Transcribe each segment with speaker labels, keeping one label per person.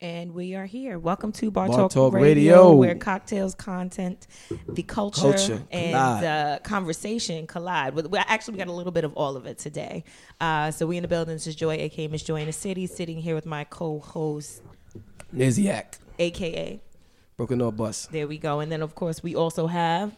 Speaker 1: And we are here. Welcome to Bar,
Speaker 2: Bar
Speaker 1: Talk,
Speaker 2: Talk
Speaker 1: Radio,
Speaker 2: Radio.
Speaker 1: where cocktails, content, the culture,
Speaker 2: Culture
Speaker 1: and
Speaker 2: collide.
Speaker 1: uh, conversation collide. With- We actually got a little bit of all of it today. Uh, so we in the building. This is Joy, aka Miss Joy in the City, sitting here with my co-host,
Speaker 2: Nizziak,
Speaker 1: aka.
Speaker 2: Broken Up Bus.
Speaker 1: There we go. And then of course we also have.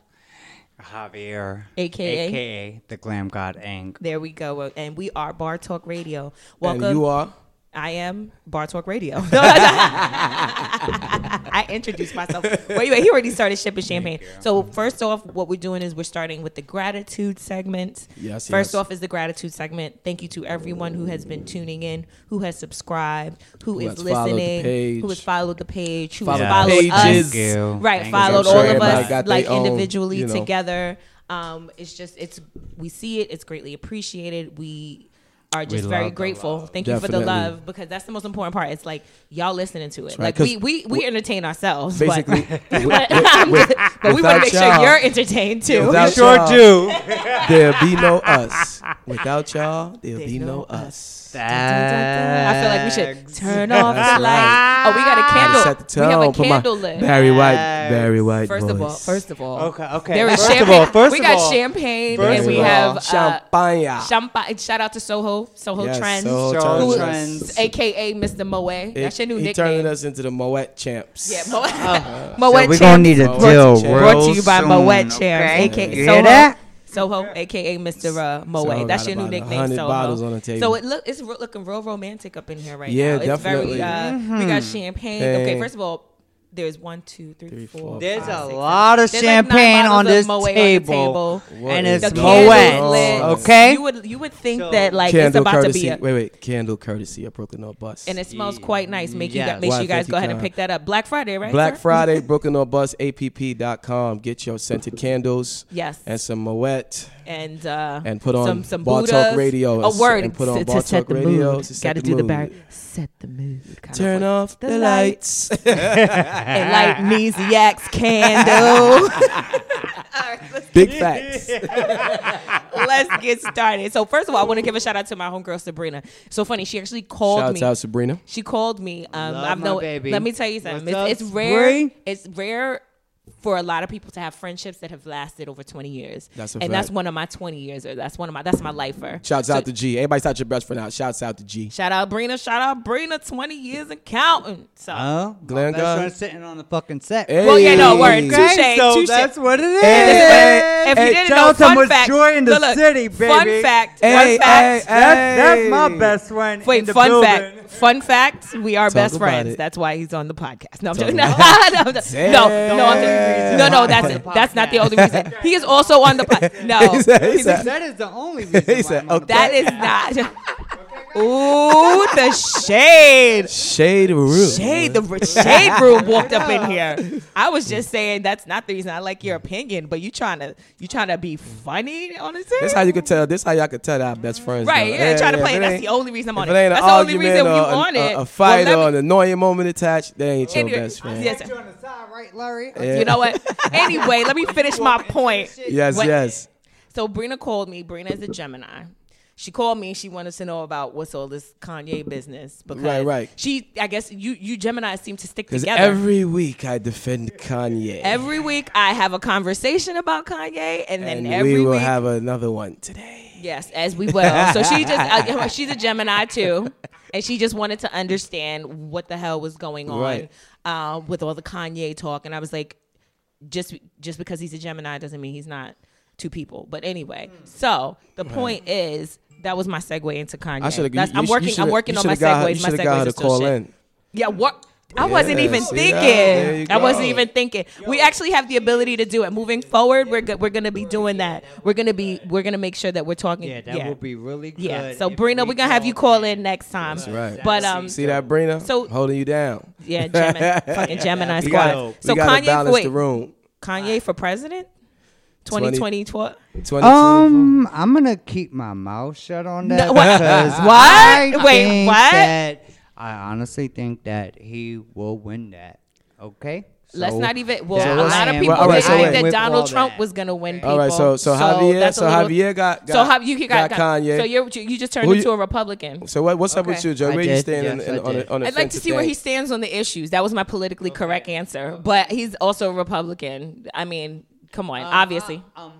Speaker 3: Javier,
Speaker 1: AKA?
Speaker 3: AKA the Glam God Ang.
Speaker 1: There we go. And we are Bar Talk Radio.
Speaker 2: And
Speaker 1: Welcome.
Speaker 2: you are
Speaker 1: I am Bar Talk Radio. I introduced myself. Wait, wait, he already started shipping champagne. So first off, what we're doing is we're starting with the gratitude segment.
Speaker 2: Yes,
Speaker 1: First
Speaker 2: yes.
Speaker 1: off is the gratitude segment. Thank you to everyone who has been tuning in, who has subscribed, who
Speaker 2: Who
Speaker 1: is
Speaker 2: has followed the
Speaker 1: listening, who has
Speaker 2: page.
Speaker 1: followed the page, who
Speaker 2: Followed
Speaker 1: has followed
Speaker 2: the
Speaker 1: us.
Speaker 2: pages.
Speaker 3: Thank you.
Speaker 1: Right,
Speaker 3: Thank
Speaker 1: followed
Speaker 3: you.
Speaker 2: I'm sure
Speaker 1: all of
Speaker 2: everybody
Speaker 1: us
Speaker 2: got their
Speaker 1: like
Speaker 2: own,
Speaker 1: individually
Speaker 2: you know.
Speaker 1: together. Um, it's just it's we see it. It's greatly appreciated. We are just
Speaker 3: love
Speaker 1: very
Speaker 3: the
Speaker 1: grateful. Thank you for the
Speaker 2: Definitely.
Speaker 1: love because that's the most important part. It's like y'all listening to it. Like
Speaker 2: right,
Speaker 1: we
Speaker 2: 'cause
Speaker 1: we, we entertain ourselves, but-
Speaker 2: basically.
Speaker 1: But, but we want to
Speaker 2: without
Speaker 1: make sure
Speaker 2: y'all-
Speaker 1: you're entertained too.
Speaker 2: without
Speaker 3: Sure
Speaker 2: y'all,
Speaker 3: do.
Speaker 2: There'll be no us. Without y'all, there'll be no,
Speaker 1: no
Speaker 2: us.
Speaker 1: I feel like we should turn off the light. Oh, we got a
Speaker 2: I
Speaker 1: candle.
Speaker 2: set the
Speaker 1: we have
Speaker 2: tone.
Speaker 1: a
Speaker 2: Put
Speaker 1: candle
Speaker 2: my
Speaker 1: lit.
Speaker 2: Barry White, Barry White
Speaker 1: First of all,
Speaker 2: voice.
Speaker 1: first of all,
Speaker 3: Okay, okay.
Speaker 1: There is
Speaker 3: First of
Speaker 1: champagne.
Speaker 3: all, first
Speaker 1: we
Speaker 3: of
Speaker 1: got
Speaker 3: all.
Speaker 1: champagne,
Speaker 3: First
Speaker 1: and we
Speaker 3: of all,
Speaker 1: have uh,
Speaker 2: champagne.
Speaker 1: champagne. Shout out to Soho, Soho
Speaker 2: Yes,
Speaker 1: Trends,
Speaker 2: Soho
Speaker 3: Soho
Speaker 2: Trends.
Speaker 3: Trends.
Speaker 1: aka Mr. Moe. That's your new
Speaker 2: he
Speaker 1: nickname.
Speaker 2: turning us into the Moet champs.
Speaker 1: Yeah,
Speaker 3: Oh.
Speaker 1: Moe. Moe
Speaker 3: we're
Speaker 1: Champs.
Speaker 3: gonna need a
Speaker 2: Brought to
Speaker 3: deal.
Speaker 2: you-
Speaker 3: real
Speaker 1: Brought to you by
Speaker 3: soon,
Speaker 1: Moet Chairs,
Speaker 3: okay?
Speaker 1: aka
Speaker 3: you
Speaker 1: Soho,
Speaker 3: hear that?
Speaker 1: Soho, aka Mr. Uh, Moe.
Speaker 2: Soho
Speaker 1: That's
Speaker 2: got
Speaker 1: your new
Speaker 2: about a
Speaker 1: nickname,
Speaker 2: hundred
Speaker 1: Soho.
Speaker 2: bottles on the table.
Speaker 1: So it look it's re- looking real romantic up in here right now.
Speaker 2: Yeah,
Speaker 1: It's
Speaker 2: definitely.
Speaker 1: very uh, we got
Speaker 3: Mm-hmm.
Speaker 1: champagne. Okay,
Speaker 2: Hey.
Speaker 1: first of all, there's one, two, three,
Speaker 2: Three,
Speaker 1: four,
Speaker 2: four,
Speaker 3: There's
Speaker 1: five,
Speaker 3: a
Speaker 1: six,
Speaker 3: lot of
Speaker 1: seven. There's like nine
Speaker 3: champagne
Speaker 1: bottles
Speaker 3: on
Speaker 1: of
Speaker 3: this
Speaker 1: Moe the
Speaker 3: table.
Speaker 2: What
Speaker 3: and
Speaker 2: is
Speaker 3: it's
Speaker 1: The
Speaker 2: going
Speaker 1: candle
Speaker 3: Moet.
Speaker 1: lit.
Speaker 2: on?
Speaker 3: Okay?
Speaker 1: You would you would think
Speaker 3: Oh. So-
Speaker 1: that like
Speaker 2: candle
Speaker 1: it's about
Speaker 2: courtesy.
Speaker 1: to be a
Speaker 2: Wait, wait. Candle courtesy at Broken Hill Bus.
Speaker 1: and it smells quite nice. Make you
Speaker 3: Yes.
Speaker 1: gu- make sure
Speaker 2: Why
Speaker 1: you guys
Speaker 2: thank you,
Speaker 1: go ahead and
Speaker 2: Karen.
Speaker 1: pick that up. Black Friday, right?
Speaker 2: Black
Speaker 1: sir?
Speaker 2: Friday, Broken on Bus, app.com. Get your scented candles
Speaker 1: Yes.
Speaker 2: and some Moet.
Speaker 1: and uh,
Speaker 2: And put on
Speaker 1: some, some
Speaker 2: Bar Talk
Speaker 1: Buddhas.
Speaker 2: Radio
Speaker 1: A
Speaker 2: and s-
Speaker 1: word
Speaker 2: and put on
Speaker 1: to,
Speaker 2: Bar
Speaker 1: to set
Speaker 2: Talk
Speaker 1: the
Speaker 2: Radio
Speaker 1: mood.
Speaker 2: to set
Speaker 1: Got to
Speaker 2: the
Speaker 1: do the
Speaker 2: mood.
Speaker 1: bar. Set the mood. Kind
Speaker 2: Turn
Speaker 1: of
Speaker 2: off
Speaker 1: the
Speaker 2: the lights.
Speaker 1: like, and light Niziak's candle.
Speaker 2: Big facts.
Speaker 1: Let's get started. So first of all, I want to give a shout out to my homegirl Sabrina. So funny, she actually called
Speaker 2: Shout
Speaker 1: me.
Speaker 2: out Sabrina.
Speaker 1: She called me. Um,
Speaker 3: Love
Speaker 1: I've
Speaker 3: my
Speaker 1: known.
Speaker 3: baby.
Speaker 1: Let me tell you something.
Speaker 3: What's
Speaker 1: It's,
Speaker 3: up,
Speaker 1: it's rare.
Speaker 3: Bree?
Speaker 1: It's rare for a lot of people to have friendships that have lasted over twenty years.
Speaker 2: That's a
Speaker 1: and that's
Speaker 2: fact.
Speaker 1: one of my twenty years. Or that's one of my. That's my lifer.
Speaker 2: Shouts
Speaker 1: So-
Speaker 2: out to G. Everybody shout your best friend out. Shouts out to G.
Speaker 1: Shout out Brina. Shout out Brina. Twenty years and counting. So.
Speaker 3: Oh, my
Speaker 2: Glam
Speaker 3: best
Speaker 2: God.
Speaker 3: friend's sitting on the fucking set.
Speaker 1: Well, yeah, no, word.
Speaker 2: Hey.
Speaker 1: Touche,
Speaker 3: Okay, so
Speaker 1: touche.
Speaker 3: that's what it is.
Speaker 2: Hey,
Speaker 1: if you
Speaker 2: hey,
Speaker 1: didn't know,
Speaker 3: Jonathan
Speaker 1: fun
Speaker 3: was
Speaker 1: fact.
Speaker 3: joy in the
Speaker 1: look, look,
Speaker 3: city,
Speaker 1: Fun
Speaker 3: baby.
Speaker 1: fact.
Speaker 2: Hey,
Speaker 1: fun fact.
Speaker 2: hey,
Speaker 3: That's, that's my
Speaker 2: Hey.
Speaker 3: best friend. in
Speaker 1: Wait,
Speaker 3: the
Speaker 1: fun
Speaker 3: building.
Speaker 1: fact. Fun fact. We are best
Speaker 2: about
Speaker 1: friends.
Speaker 2: it.
Speaker 1: That's why he's on the podcast. No, I'm
Speaker 2: Talk
Speaker 1: joking. No, no,
Speaker 2: about
Speaker 1: no, no, no, I'm joking.
Speaker 2: Damn.
Speaker 1: no, no. That's it. That's not the only reason. He is also on the podcast.
Speaker 2: He
Speaker 1: No,
Speaker 2: said- he said-
Speaker 3: That is the only reason.
Speaker 2: He
Speaker 3: why
Speaker 2: said,
Speaker 3: I'm on the
Speaker 2: okay.
Speaker 1: that is not. Ooh, the shade.
Speaker 2: Shade room.
Speaker 1: Shade, the shade room walked up in here. I was just saying that's not the reason. I like your opinion, but you trying to you trying to be funny on the set.
Speaker 2: This how you could tell. This how y'all could tell that best friends.
Speaker 1: Right,
Speaker 2: though.
Speaker 1: yeah, try to
Speaker 2: if
Speaker 1: play.
Speaker 2: it
Speaker 1: it. That's
Speaker 2: ain't-
Speaker 1: the only reason I'm on
Speaker 2: if
Speaker 1: it.
Speaker 2: it ain't an
Speaker 1: That's the only
Speaker 2: argument
Speaker 1: reason we
Speaker 2: or an-
Speaker 1: on it.
Speaker 2: a, a fight
Speaker 1: Well,
Speaker 2: or
Speaker 1: let
Speaker 2: an
Speaker 1: me-
Speaker 2: annoying moment attached, they ain't your
Speaker 1: Anyway,
Speaker 2: best friend.
Speaker 1: yes,
Speaker 3: You on the side, right, Larry?
Speaker 2: Yeah.
Speaker 1: You know what? anyway, let me finish my point.
Speaker 2: Yes,
Speaker 1: What-
Speaker 2: yes.
Speaker 1: So Brina called me. Brina is a Gemini. She called me. She wanted to know about what's all this Kanye business because
Speaker 2: Right, right.
Speaker 1: She, I guess you, you Geminis seem to stick
Speaker 2: Because
Speaker 1: together.
Speaker 2: every week I defend Kanye.
Speaker 1: Every week I have a conversation about Kanye, and then
Speaker 2: and
Speaker 1: every
Speaker 2: we will
Speaker 1: week,
Speaker 2: have another one today.
Speaker 1: yes, as we will. So she just, uh, she's a Gemini too, and she just wanted to understand what the hell was going on
Speaker 2: Right.
Speaker 1: uh, with all the Kanye talk. And I was like, just just because he's a Gemini doesn't mean he's not two people. But anyway, so the point is. That was my segue into Kanye.
Speaker 2: I should have.
Speaker 1: That's- I'm working. I'm working on my segues. My segues
Speaker 2: got her to
Speaker 1: are still
Speaker 2: call
Speaker 1: shit.
Speaker 2: in.
Speaker 1: Yeah, what? I wasn't
Speaker 2: Yeah,
Speaker 1: even
Speaker 2: see
Speaker 1: thinking.
Speaker 2: that? There you
Speaker 1: I wasn't
Speaker 2: go.
Speaker 1: even thinking. We actually have the ability to do it. Moving forward, we're go- we're gonna be doing that. We're gonna be we're gonna make sure that we're talking.
Speaker 3: Yeah, that would be really good.
Speaker 1: Yeah. So
Speaker 3: if
Speaker 1: Brina,
Speaker 3: we
Speaker 1: we're gonna have you call in next time.
Speaker 2: right.
Speaker 1: But um,
Speaker 2: See that, Brina?
Speaker 1: So-
Speaker 2: holding you down.
Speaker 1: yeah, Gemini, fucking Gemini
Speaker 2: We
Speaker 1: squad.
Speaker 2: gotta,
Speaker 1: so
Speaker 2: we gotta
Speaker 1: Kanye,
Speaker 2: balance
Speaker 1: wait,
Speaker 2: the room.
Speaker 1: Kanye for president, 2020. What?
Speaker 2: 2024.
Speaker 3: Um, I'm gonna keep my mouth shut on that.
Speaker 1: No, what?
Speaker 3: because
Speaker 1: What?
Speaker 3: I
Speaker 1: Wait,
Speaker 3: think
Speaker 1: what?
Speaker 3: that- I honestly think that he will win that. Okay.
Speaker 1: Let's
Speaker 3: So-
Speaker 1: not even. Well,
Speaker 3: So
Speaker 1: a
Speaker 3: let's-
Speaker 1: lot of
Speaker 3: I am
Speaker 1: people
Speaker 2: Well, all right, so
Speaker 1: think
Speaker 2: wait.
Speaker 1: that
Speaker 3: with all
Speaker 1: Donald Trump
Speaker 3: that.
Speaker 1: was gonna win people.
Speaker 2: All right, so so Javier,
Speaker 1: that's a
Speaker 2: so
Speaker 1: little-
Speaker 2: Javier got, got
Speaker 1: so Javier got, got,
Speaker 2: Kanye.
Speaker 1: So you're, you you just turned
Speaker 2: Who you-
Speaker 1: into a Republican.
Speaker 2: So what, what's up with
Speaker 1: Okay.
Speaker 2: you, Joe?
Speaker 3: I
Speaker 2: Where you
Speaker 3: did.
Speaker 2: stand in,
Speaker 3: Yes,
Speaker 2: in-
Speaker 3: I
Speaker 2: on,
Speaker 3: did.
Speaker 2: the, on the
Speaker 1: I'd like
Speaker 2: fence
Speaker 1: to see where
Speaker 2: today?
Speaker 1: he stands on the issues. That was my politically correct answer, but he's also a Republican. I mean, come on, obviously.
Speaker 3: um,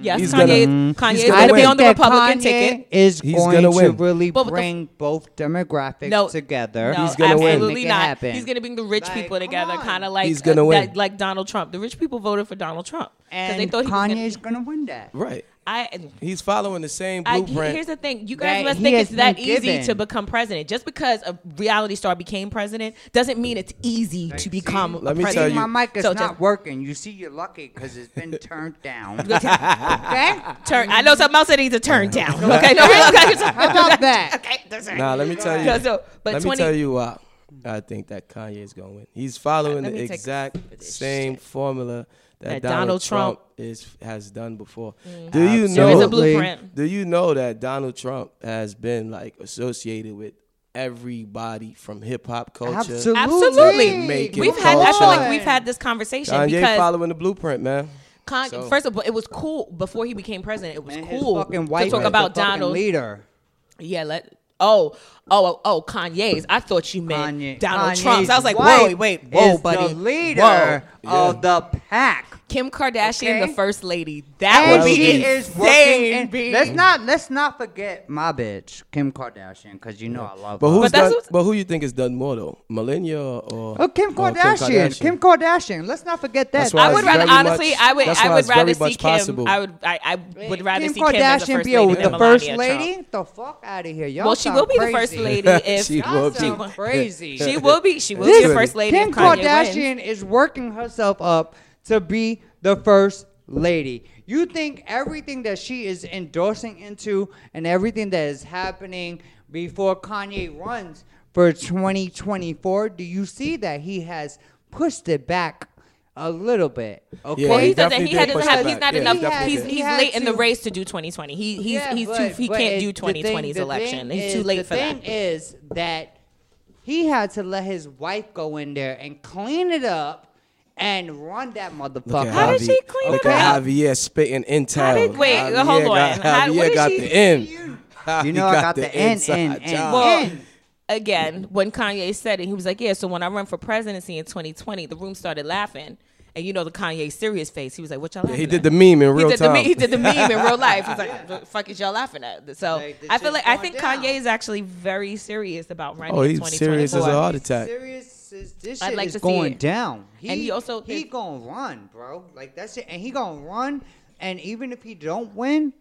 Speaker 1: yes,
Speaker 2: He's
Speaker 1: Kanye.
Speaker 2: gonna-
Speaker 1: Kanye's
Speaker 2: he's
Speaker 1: gonna,
Speaker 2: gonna
Speaker 1: be
Speaker 2: win.
Speaker 1: on the
Speaker 3: that
Speaker 1: Republican
Speaker 3: Kanye
Speaker 1: ticket.
Speaker 3: Is
Speaker 2: He's
Speaker 3: going
Speaker 2: gonna
Speaker 3: to
Speaker 2: win.
Speaker 3: really
Speaker 1: But what the f-
Speaker 3: bring both demographics
Speaker 1: No,
Speaker 3: together.
Speaker 1: No,
Speaker 2: He's gonna win.
Speaker 1: absolutely
Speaker 3: Make it
Speaker 1: not.
Speaker 3: happen.
Speaker 1: He's gonna bring the rich
Speaker 3: Like,
Speaker 1: people
Speaker 3: come
Speaker 1: together,
Speaker 3: on.
Speaker 1: kind of like
Speaker 2: He's gonna
Speaker 1: uh,
Speaker 2: win.
Speaker 1: that- like Donald Trump. The rich people voted for Donald Trump because
Speaker 3: and
Speaker 1: they thought he was
Speaker 3: Kanye's
Speaker 1: gonna.
Speaker 3: going to win that.
Speaker 2: Right.
Speaker 1: I
Speaker 2: He's following the same
Speaker 1: I,
Speaker 2: blueprint.
Speaker 1: here's the thing: you guys
Speaker 3: that
Speaker 1: must
Speaker 3: he
Speaker 1: think it's
Speaker 3: has
Speaker 1: that
Speaker 3: been
Speaker 1: easy
Speaker 3: given.
Speaker 1: to become president. Just because a reality star became president doesn't mean it's easy to become.
Speaker 2: Let
Speaker 1: a
Speaker 2: me tell
Speaker 1: president.
Speaker 3: See,
Speaker 2: you-
Speaker 3: my mic is
Speaker 1: So
Speaker 3: not
Speaker 1: just-
Speaker 3: working. You see, you're lucky because it's been turned down. okay?
Speaker 1: Turn. I know something else that needs a turn down. Okay, no, okay, okay, sorry.
Speaker 3: How about that?
Speaker 1: okay, that's right.
Speaker 2: Nah, let me tell
Speaker 1: So-
Speaker 2: you.
Speaker 1: so, but
Speaker 2: let
Speaker 1: 20,
Speaker 2: me tell you why I think that Kanye is going to win. He's following
Speaker 1: Let me
Speaker 2: the
Speaker 1: take-
Speaker 2: exact same formula that,
Speaker 1: That Donald
Speaker 2: Donald Trump,
Speaker 1: Trump- Mm.
Speaker 2: is has done before. Do
Speaker 1: there is a
Speaker 2: you
Speaker 3: Absolutely.
Speaker 2: know?
Speaker 1: blueprint.
Speaker 2: Do you know that Donald Trump has been like associated with everybody from hip hop culture?
Speaker 3: Absolutely.
Speaker 1: Absolutely,
Speaker 2: Make it
Speaker 1: we've had. I feel like
Speaker 2: culture.
Speaker 1: we've had this conversation
Speaker 2: Kanye
Speaker 1: because
Speaker 2: following the blueprint, man.
Speaker 1: Kanye,
Speaker 2: So-
Speaker 1: first of all, it was cool before he became president. It was
Speaker 3: And his
Speaker 1: cool
Speaker 3: fucking white
Speaker 1: to talk about Donald.
Speaker 3: leader.
Speaker 1: Yeah, let. Oh, oh, oh, oh, Kanye's. I thought you meant
Speaker 3: Kanye,
Speaker 1: Donald
Speaker 3: Kanye's
Speaker 1: Trump's. I was like, whoa,
Speaker 3: wife
Speaker 1: wait, whoa,
Speaker 3: is
Speaker 1: buddy.
Speaker 3: The leader
Speaker 1: Whoa.
Speaker 3: of the pack.
Speaker 1: Kim Kardashian,
Speaker 3: Okay.
Speaker 1: the first lady. That
Speaker 3: and
Speaker 1: would be
Speaker 3: she
Speaker 1: insane.
Speaker 3: is working. in-
Speaker 1: B.
Speaker 3: let's not let's not forget my bitch Kim Kardashian because you know I love
Speaker 2: But
Speaker 3: her.
Speaker 2: who's
Speaker 1: But that's
Speaker 2: done,
Speaker 1: what's-
Speaker 2: but who you think has done more though, Millennia or
Speaker 3: Oh, Kim
Speaker 2: or
Speaker 3: Kardashian. Kim Kardashian. Let's not forget that.
Speaker 2: That's why
Speaker 1: I would
Speaker 2: it's
Speaker 1: rather
Speaker 2: very much-
Speaker 1: honestly, I would,
Speaker 2: that's
Speaker 1: I
Speaker 2: why
Speaker 1: would
Speaker 2: it's very
Speaker 1: rather see
Speaker 2: much
Speaker 1: Kim.
Speaker 2: possible.
Speaker 1: I would, I, I would rather
Speaker 3: Kim
Speaker 1: see Kim as the
Speaker 3: Kardashian
Speaker 1: first
Speaker 3: be
Speaker 1: lady
Speaker 3: a-
Speaker 1: than
Speaker 3: the first
Speaker 1: Melania
Speaker 3: lady?
Speaker 1: Trump.
Speaker 3: The fuck out of here, y'all.
Speaker 1: Well, she
Speaker 3: sound
Speaker 1: will be the
Speaker 3: crazy.
Speaker 1: first lady if she,
Speaker 2: She will
Speaker 3: sound
Speaker 2: be.
Speaker 3: crazy.
Speaker 1: will be. She will
Speaker 2: This-
Speaker 1: be the first lady.
Speaker 3: Kim
Speaker 1: if Kanye wins.
Speaker 3: Kardashian is working herself up to be the first lady. You think everything that she is endorsing into and everything that is happening before Kanye runs for 2024, do you see that he has pushed it back a little bit? Okay.
Speaker 1: Well, he,
Speaker 2: he
Speaker 1: does that. He had not
Speaker 2: definitely did push
Speaker 1: have.
Speaker 2: that
Speaker 1: He's
Speaker 2: back.
Speaker 1: not
Speaker 2: Yeah, he
Speaker 1: enough.
Speaker 2: definitely
Speaker 1: he's
Speaker 2: did.
Speaker 1: he's
Speaker 3: He had
Speaker 1: late in the
Speaker 3: to-
Speaker 1: race to do 2020. He he's
Speaker 3: Yeah,
Speaker 1: he's
Speaker 3: but-
Speaker 1: too. He
Speaker 3: but
Speaker 1: can't
Speaker 3: it-
Speaker 1: do
Speaker 3: the thing-
Speaker 1: 2020's
Speaker 3: the
Speaker 1: election.
Speaker 3: thing
Speaker 1: He's too
Speaker 3: is-
Speaker 1: late for
Speaker 3: The
Speaker 1: that.
Speaker 3: thing is that he had to let his wife go in there and clean it up and run that
Speaker 2: Look
Speaker 3: motherfucker.
Speaker 2: at
Speaker 1: How did
Speaker 2: Javi-
Speaker 1: she clean
Speaker 2: Look
Speaker 1: it
Speaker 2: at
Speaker 1: up?
Speaker 2: Javier spitting intel.
Speaker 1: did- wait,
Speaker 2: Javier
Speaker 1: hold on.
Speaker 2: Got,
Speaker 1: How- what
Speaker 2: Javier
Speaker 1: did
Speaker 2: got
Speaker 1: she-
Speaker 2: the end.
Speaker 3: You know I got the N, N, N.
Speaker 1: Well,
Speaker 3: And-
Speaker 1: again, when Kanye said it, he was like, "Yeah." So when I run for presidency in 2020, the room started laughing, and you know the Kanye serious face. He was like, "What y'all laughing?"
Speaker 2: he did
Speaker 1: at?"
Speaker 2: the meme in
Speaker 1: He
Speaker 2: real
Speaker 1: did, the,
Speaker 2: time.
Speaker 1: me- he did the meme in real life. He's like, "What the fuck is y'all laughing at?" So
Speaker 3: Like, this
Speaker 1: I feel
Speaker 3: shit's
Speaker 1: like I
Speaker 3: going
Speaker 1: think
Speaker 3: down.
Speaker 1: Kanye is actually very serious about running.
Speaker 2: Oh,
Speaker 1: in
Speaker 2: he's serious as a
Speaker 1: 2024.
Speaker 2: heart attack.
Speaker 3: Serious is- this
Speaker 1: I'd
Speaker 3: shit
Speaker 1: like
Speaker 3: is
Speaker 1: to see
Speaker 3: going
Speaker 1: it.
Speaker 3: down. He,
Speaker 1: he also-
Speaker 3: he gonna run, bro. Like that's it, and he gonna run. And even if he don't win,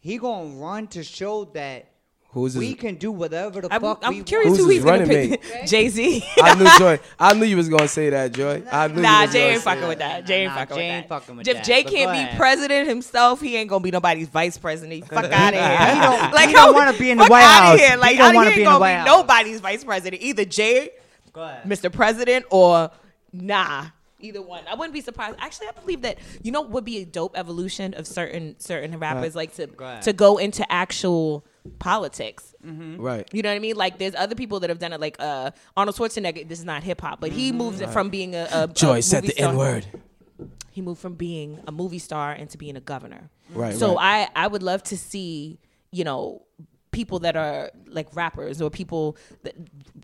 Speaker 3: he gonna run to show that
Speaker 2: Who's
Speaker 3: we
Speaker 2: his-
Speaker 3: can do whatever the
Speaker 1: I'm,
Speaker 3: fuck
Speaker 1: I'm
Speaker 3: we
Speaker 1: curious
Speaker 2: Who's
Speaker 1: who
Speaker 2: his
Speaker 1: he's gonna
Speaker 2: running
Speaker 1: pick. Jay Z.
Speaker 2: I knew Joy. I knew you was gonna say that, Joy. I knew. you
Speaker 1: Nah,
Speaker 2: was
Speaker 1: Jay
Speaker 2: gonna
Speaker 1: ain't
Speaker 2: say
Speaker 1: fucking
Speaker 2: that.
Speaker 1: with that. Jay ain't
Speaker 3: Nah,
Speaker 1: fucking
Speaker 3: Jay
Speaker 1: with that.
Speaker 3: ain't fucking with
Speaker 1: if
Speaker 3: that.
Speaker 1: Jay
Speaker 3: But
Speaker 1: can't
Speaker 3: go
Speaker 1: be
Speaker 3: ahead.
Speaker 1: president himself, he ain't gonna be nobody's vice president. Fuck out of here.
Speaker 3: He don't-
Speaker 1: like
Speaker 3: he don't
Speaker 1: how-
Speaker 3: wanna be in the
Speaker 1: fuck
Speaker 3: White
Speaker 1: outta
Speaker 3: House.
Speaker 1: Here.
Speaker 3: He
Speaker 1: Like
Speaker 3: don't
Speaker 1: out
Speaker 3: wanna
Speaker 1: here
Speaker 3: be in the
Speaker 1: gonna
Speaker 3: White
Speaker 1: be
Speaker 3: House.
Speaker 1: nobody's vice president. Either Jay,
Speaker 3: Go ahead.
Speaker 1: Mr. President, or nah. Either one. I wouldn't be surprised. Actually, I believe that you know what would be a dope evolution of certain certain rappers like to
Speaker 3: ahead.
Speaker 1: to go into actual politics.
Speaker 2: Right.
Speaker 1: You know what I mean? Like there's other people that have done it, like uh, Arnold Schwarzenegger. This is not hip hop, but he moved it from being a, a
Speaker 2: Mm-hmm. Joy
Speaker 1: a
Speaker 2: said
Speaker 1: movie
Speaker 2: the
Speaker 1: star-
Speaker 2: N word.
Speaker 1: He moved from being a movie star into being a governor.
Speaker 2: Right,
Speaker 1: So I I would love to see you know people that are like rappers or people that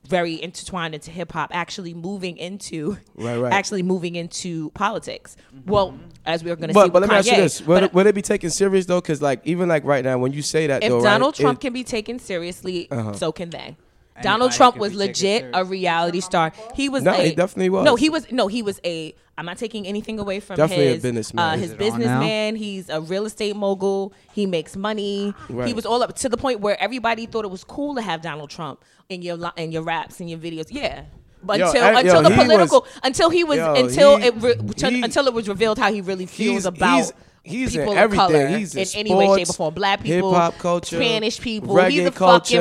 Speaker 1: very intertwined into hip hop actually moving into
Speaker 2: Right, right.
Speaker 1: actually moving into politics. Well, as we are going to see,
Speaker 2: But, but
Speaker 1: with
Speaker 2: let me ask you
Speaker 1: Kanye,
Speaker 2: this: Would,
Speaker 1: but-
Speaker 2: would it be taken serious though? Because like even like right now, when you say that,
Speaker 1: if
Speaker 2: though,
Speaker 1: Donald
Speaker 2: right,
Speaker 1: Trump
Speaker 2: it- Uh-huh.
Speaker 1: can be taken seriously, so can they. Donald
Speaker 3: Anybody
Speaker 1: Trump
Speaker 3: can
Speaker 1: was
Speaker 3: be taken
Speaker 1: legit a
Speaker 3: serious.
Speaker 1: reality star. He was
Speaker 2: No,
Speaker 1: a,
Speaker 2: he definitely was.
Speaker 1: No, he was no, he was a. I'm not taking anything away from
Speaker 2: Definitely a
Speaker 1: his
Speaker 2: businessman.
Speaker 1: Uh,
Speaker 2: Is
Speaker 1: his
Speaker 3: it on now?
Speaker 1: businessman. He's a real estate mogul. He makes money. He
Speaker 2: Right.
Speaker 1: was all up to the point where everybody thought it was cool to have Donald Trump in your li- in your raps and your videos. Yeah. But
Speaker 2: Yo,
Speaker 1: until
Speaker 2: I-
Speaker 1: until
Speaker 2: yo,
Speaker 1: the
Speaker 2: he was-
Speaker 1: political until he was
Speaker 2: yo,
Speaker 1: until
Speaker 2: he-
Speaker 1: it re, until,
Speaker 2: he-
Speaker 1: until it was revealed how he really feels
Speaker 2: He's-
Speaker 1: about
Speaker 2: he's- he's in
Speaker 1: people
Speaker 2: everything.
Speaker 1: of color
Speaker 2: He's in
Speaker 1: any way, shape, or
Speaker 2: sports,
Speaker 1: form. Black people,
Speaker 2: hip-hop culture,
Speaker 1: Spanish people.
Speaker 2: reggae
Speaker 1: he's a
Speaker 2: culture.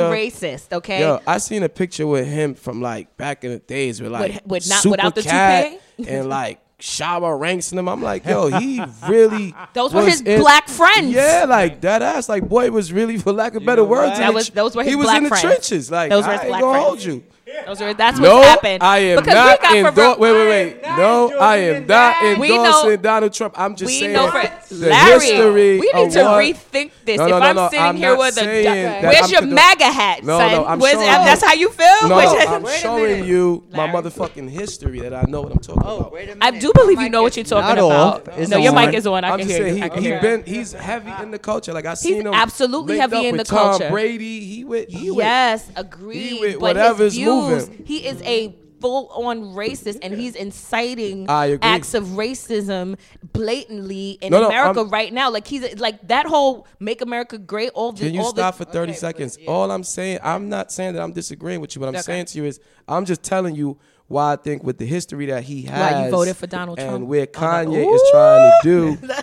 Speaker 1: fucking racist. Okay.
Speaker 2: Yo, I seen a picture with him from like back in the days with like
Speaker 1: with not-
Speaker 2: Super
Speaker 1: without the
Speaker 2: Cat
Speaker 1: toupee?
Speaker 2: and like Shower ranks in him. I'm like, yo, he really
Speaker 1: Those were
Speaker 2: was
Speaker 1: his black friends.
Speaker 2: Yeah, like that ass. Like boy was really, for lack of better
Speaker 3: know
Speaker 2: words,
Speaker 3: what?
Speaker 2: in
Speaker 1: That
Speaker 2: the
Speaker 1: was-
Speaker 2: tr-
Speaker 1: those were his
Speaker 2: he was
Speaker 1: black
Speaker 2: in the
Speaker 1: friends.
Speaker 2: trenches. Like
Speaker 1: Those
Speaker 2: those
Speaker 1: were
Speaker 2: I
Speaker 1: his
Speaker 2: ain't
Speaker 1: black
Speaker 2: gonna
Speaker 1: friends.
Speaker 2: hold you.
Speaker 1: Those are, that's
Speaker 2: No,
Speaker 1: what's happened.
Speaker 2: I am
Speaker 1: because
Speaker 2: not
Speaker 1: we got
Speaker 2: endor-
Speaker 1: for
Speaker 2: Wait, wait,
Speaker 3: I am
Speaker 2: wait.
Speaker 3: not
Speaker 2: No,
Speaker 3: endorsing
Speaker 2: I am not
Speaker 3: that.
Speaker 1: We know-
Speaker 2: endorsing Donald Trump. I'm just
Speaker 1: we
Speaker 2: saying
Speaker 1: know for
Speaker 2: the
Speaker 1: Larry.
Speaker 2: history.
Speaker 1: we need
Speaker 2: of
Speaker 1: to
Speaker 2: what-
Speaker 1: rethink this.
Speaker 2: No, no,
Speaker 1: if
Speaker 2: no,
Speaker 1: I'm
Speaker 2: no,
Speaker 1: sitting
Speaker 2: I'm
Speaker 1: here
Speaker 2: not
Speaker 1: with a,
Speaker 2: saying that
Speaker 1: where's
Speaker 2: I'm
Speaker 1: your
Speaker 2: condoning-
Speaker 1: MAGA hat,
Speaker 2: No,
Speaker 1: son?
Speaker 2: no, I'm
Speaker 1: Where's,
Speaker 2: showing
Speaker 1: that's
Speaker 2: you.
Speaker 1: how you feel.
Speaker 2: No,
Speaker 1: Where's
Speaker 2: no,
Speaker 1: your-
Speaker 2: I'm
Speaker 3: Wait a
Speaker 2: showing
Speaker 3: minute.
Speaker 2: you my
Speaker 1: Larry.
Speaker 2: motherfucking history that I know what I'm talking
Speaker 3: Oh,
Speaker 2: about.
Speaker 3: wait a minute.
Speaker 1: I do believe
Speaker 3: My
Speaker 1: you know
Speaker 3: mic
Speaker 1: what you're
Speaker 3: is
Speaker 1: talking
Speaker 3: not
Speaker 1: about.
Speaker 3: off. It's
Speaker 1: no, your
Speaker 3: on.
Speaker 1: mic is on. I
Speaker 2: I'm
Speaker 1: can
Speaker 2: just
Speaker 1: hear
Speaker 2: saying
Speaker 1: you. I
Speaker 2: he,
Speaker 1: can
Speaker 2: he
Speaker 1: hear you.
Speaker 2: been he's heavy in the culture. Like I seen him
Speaker 1: absolutely
Speaker 2: linked
Speaker 1: heavy
Speaker 2: up
Speaker 1: in
Speaker 2: with
Speaker 1: the culture.
Speaker 2: Tom Brady. He with he with
Speaker 1: Yes, agreed.
Speaker 2: with
Speaker 1: but
Speaker 2: whatever's
Speaker 1: his views,
Speaker 2: moving.
Speaker 1: he is a full-on racist, and he's inciting
Speaker 2: I agree.
Speaker 1: acts of racism blatantly in
Speaker 2: No, no,
Speaker 1: America
Speaker 2: I'm-
Speaker 1: right now. Like he's like that whole "Make America Great." All the
Speaker 2: Can you
Speaker 1: all
Speaker 2: stop
Speaker 1: the,
Speaker 2: for 30
Speaker 3: Okay, but
Speaker 2: seconds?
Speaker 3: yeah.
Speaker 2: All I'm saying, I'm not saying that I'm disagreeing with you. What I'm
Speaker 1: Okay.
Speaker 2: saying to you is, I'm just telling you why I think with the history that he has,
Speaker 1: Why you voted for Donald
Speaker 2: and
Speaker 1: Trump?
Speaker 2: where
Speaker 1: I'm like,
Speaker 2: Kanye is trying to do,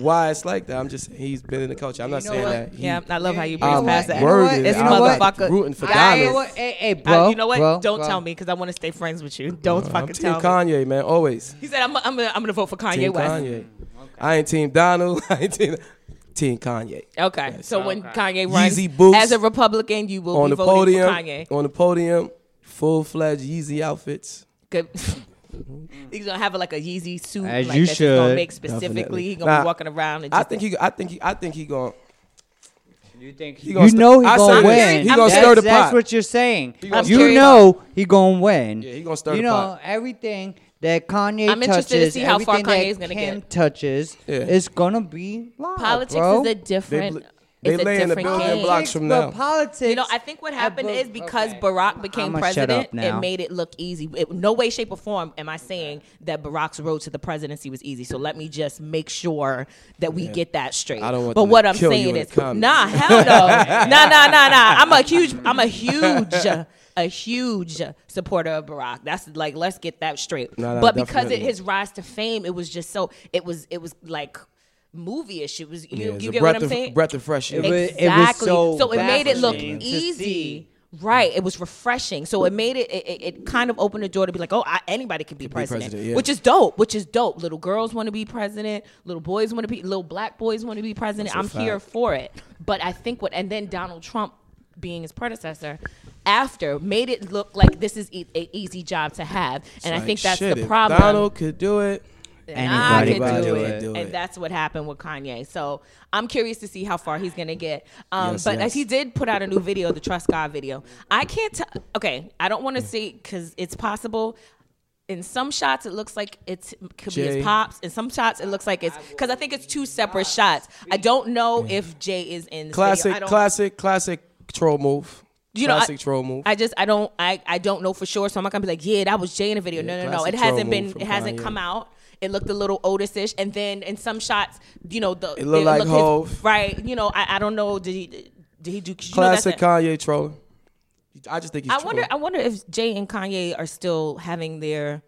Speaker 2: why it's like that. I'm just he's been in the culture. I'm not
Speaker 3: know
Speaker 2: saying
Speaker 3: what?
Speaker 2: that. He,
Speaker 1: yeah, I love how you breeze
Speaker 2: I'm
Speaker 1: past
Speaker 3: what?
Speaker 1: that.
Speaker 3: You know what?
Speaker 2: worded.
Speaker 1: This
Speaker 2: it. I'm like
Speaker 1: motherfucker-
Speaker 2: rooting for
Speaker 1: I-
Speaker 3: I,
Speaker 1: Donald.
Speaker 2: Donald.
Speaker 3: what, hey, hey,
Speaker 1: I-
Speaker 3: bro.
Speaker 1: you know what?
Speaker 3: bro,
Speaker 1: Don't
Speaker 3: bro.
Speaker 1: tell me because I want to stay friends with you. Don't
Speaker 2: I'm
Speaker 1: fucking
Speaker 2: team
Speaker 1: tell me.
Speaker 2: Kanye, man. Always
Speaker 1: He said, "I'm I'm gonna, I'm gonna vote for Kanye
Speaker 2: team
Speaker 1: West."
Speaker 2: Kanye. I ain't team Donald. I ain't team team Kanye.
Speaker 1: Okay, so when Kanye runs
Speaker 2: Yeezy boots
Speaker 1: as a Republican, you will
Speaker 2: on
Speaker 1: be
Speaker 2: the
Speaker 1: voting
Speaker 2: podium,
Speaker 1: for Kanye.
Speaker 2: on the podium, full fledged Yeezy outfits.
Speaker 1: Good. He's gonna have like a Yeezy suit,
Speaker 3: As
Speaker 1: like
Speaker 3: you
Speaker 1: that he's gonna
Speaker 3: should.
Speaker 1: make specifically.
Speaker 2: Definitely.
Speaker 1: He's gonna be
Speaker 2: Nah,
Speaker 1: walking around and
Speaker 2: I
Speaker 1: just
Speaker 2: think he. I think he. I think he going.
Speaker 3: You think
Speaker 2: He gonna
Speaker 3: you
Speaker 2: st-
Speaker 3: know he
Speaker 2: I
Speaker 3: gonna
Speaker 2: said
Speaker 1: this.
Speaker 3: win?
Speaker 1: He
Speaker 3: That's-
Speaker 1: gonna stir
Speaker 2: the
Speaker 3: That's
Speaker 2: pot.
Speaker 3: what you're saying.
Speaker 1: gonna
Speaker 3: You
Speaker 1: stir the
Speaker 3: know he gonna win.
Speaker 2: Yeah, he gonna stir
Speaker 3: You
Speaker 2: the
Speaker 3: know
Speaker 2: pot.
Speaker 3: everything that Kanye
Speaker 1: I'm
Speaker 3: touches,
Speaker 1: interested to see how far
Speaker 3: everything
Speaker 1: Kanye's
Speaker 3: that
Speaker 1: gonna
Speaker 3: Kim
Speaker 1: get.
Speaker 3: touches,
Speaker 2: Yeah.
Speaker 3: is gonna be live,
Speaker 1: politics
Speaker 3: bro.
Speaker 1: is a different.
Speaker 2: bl- they
Speaker 1: it's a
Speaker 2: lay in the
Speaker 1: different
Speaker 2: building
Speaker 1: game.
Speaker 2: blocks from
Speaker 3: But
Speaker 2: now.
Speaker 3: Politics.
Speaker 1: You know, I think what happened
Speaker 3: but-
Speaker 1: is because
Speaker 3: okay.
Speaker 1: Barack became
Speaker 3: I'ma shut
Speaker 1: president,
Speaker 3: up now.
Speaker 1: it made it look easy. It, no way, shape, or form am I saying that Barack's road to the presidency was easy. So let me just make sure that we get that straight.
Speaker 2: I don't want
Speaker 1: but
Speaker 2: them to
Speaker 1: what I'm
Speaker 2: kill you
Speaker 1: saying
Speaker 2: in the
Speaker 1: is,
Speaker 2: comments.
Speaker 1: nah, hell no, nah, nah, nah, nah. I'm a huge, I'm a huge, a huge supporter of Barack. That's like, let's get that straight.
Speaker 2: Nah, nah,
Speaker 1: but because it,
Speaker 2: definitely.
Speaker 1: his rise to fame, it was just so, it was, it was like movie-ish. It was,
Speaker 2: Yeah,
Speaker 1: you,
Speaker 2: it's
Speaker 1: you
Speaker 2: a
Speaker 1: get
Speaker 2: breath
Speaker 1: what I'm
Speaker 2: of,
Speaker 1: saying?
Speaker 2: Breath of fresh air.
Speaker 3: It was-
Speaker 1: exactly.
Speaker 3: so
Speaker 1: it made it look
Speaker 3: baffling to
Speaker 1: easy.
Speaker 3: see.
Speaker 1: Right, it was refreshing. So it made it, it, it- it kind of opened the door to be like, oh, I, anybody can be president,
Speaker 2: president, yeah.
Speaker 1: which is dope. Which is dope. Little girls want to be president. Little boys want to be. Little black boys want to be president. I'm
Speaker 2: That's a
Speaker 1: here
Speaker 2: fact.
Speaker 1: for it. But I think what, and then Donald Trump, being his predecessor, after made it look like this is e- an easy job to have, and I
Speaker 2: Like,
Speaker 1: think that's
Speaker 2: shit,
Speaker 1: the
Speaker 2: if
Speaker 1: problem.
Speaker 2: Donald could do it.
Speaker 1: And I
Speaker 3: Anybody
Speaker 1: could
Speaker 3: can
Speaker 1: do
Speaker 3: do
Speaker 1: it.
Speaker 2: it.
Speaker 1: And that's what happened with Kanye. So I'm curious to see how far he's going to get. Um,
Speaker 2: Yes,
Speaker 1: but
Speaker 2: yes.
Speaker 1: he did put out a new video, the Trust God video. I can't tell. Okay, I don't want to see because it's possible. In some shots, it looks like it could be
Speaker 2: Jay.
Speaker 1: his pops. In some shots, it looks like it's because I think it's two separate shots. I don't know if Jay is in this video. I
Speaker 2: Classic,
Speaker 1: don't-
Speaker 2: classic, classic troll move.
Speaker 1: You know, I-
Speaker 2: classic troll move.
Speaker 1: I just I don't I I don't know for sure, so I'm not gonna be like, yeah, that was Jay in the video.
Speaker 2: Yeah,
Speaker 1: no, no, no. It
Speaker 2: classic troll
Speaker 1: hasn't
Speaker 2: move
Speaker 1: been.
Speaker 2: from
Speaker 1: It hasn't
Speaker 2: Kanye.
Speaker 1: come out. It looked a little Otis-ish, and then in some shots, you know, the
Speaker 2: It looked like
Speaker 1: his-
Speaker 2: Hov.
Speaker 1: right? You know, I, I don't know. Did he did he do 'cause you know that's
Speaker 2: classic
Speaker 1: a-
Speaker 2: Kanye trolling. I just think he's.
Speaker 1: I wonder. I
Speaker 2: trolling.
Speaker 1: wonder if Jay and Kanye are still having their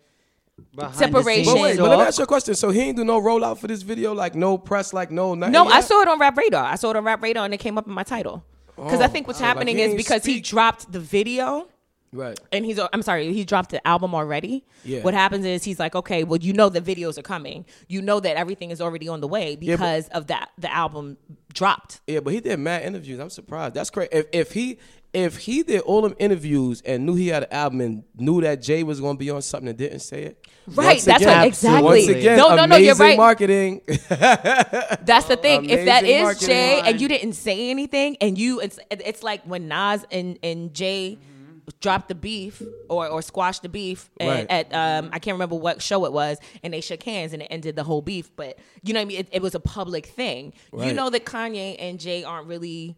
Speaker 3: Behind the
Speaker 1: Separation.
Speaker 2: But
Speaker 3: scenes
Speaker 2: wait, but let me
Speaker 3: talk.
Speaker 2: ask you a question. So he ain't do no rollout for this video, like no press, like no. nothing
Speaker 1: No, I
Speaker 2: yet?
Speaker 1: saw it on Rap Radar. I saw it on Rap Radar, and it came up in my title. Because I
Speaker 2: Oh,
Speaker 1: think what's
Speaker 2: so, like,
Speaker 1: happening
Speaker 2: he
Speaker 1: is
Speaker 2: ain't
Speaker 1: because he
Speaker 2: speak.
Speaker 1: dropped the video.
Speaker 2: Right.
Speaker 1: and he's I'm sorry, he dropped the album already.
Speaker 2: Yeah.
Speaker 1: What happens is he's like, okay, well, you know the videos are coming. You know that everything is already on the way
Speaker 2: Yeah, but-
Speaker 1: because of that the album dropped.
Speaker 2: Yeah, but he did mad interviews. I'm surprised. That's crazy. If if he if he did all them interviews and knew he had an album and knew that Jay was going to be on something and didn't say it.
Speaker 1: Right,
Speaker 2: Once
Speaker 1: that's
Speaker 2: again-
Speaker 1: what exactly.
Speaker 2: Once again,
Speaker 1: no, no, no, you're
Speaker 2: amazing
Speaker 1: right.
Speaker 2: Marketing.
Speaker 1: That's the thing. If that
Speaker 2: Amazing
Speaker 1: is
Speaker 2: marketing
Speaker 1: Jay
Speaker 2: line.
Speaker 1: and you didn't say anything, and you it's it's like when Nas and and Jay dropped the beef or or squashed the beef
Speaker 2: Right.
Speaker 1: and, at um I can't remember what show it was, and they shook hands and it ended the whole beef. But you know what I mean? It, it was a public thing. You
Speaker 2: Right.
Speaker 1: know that Kanye and Jay aren't really.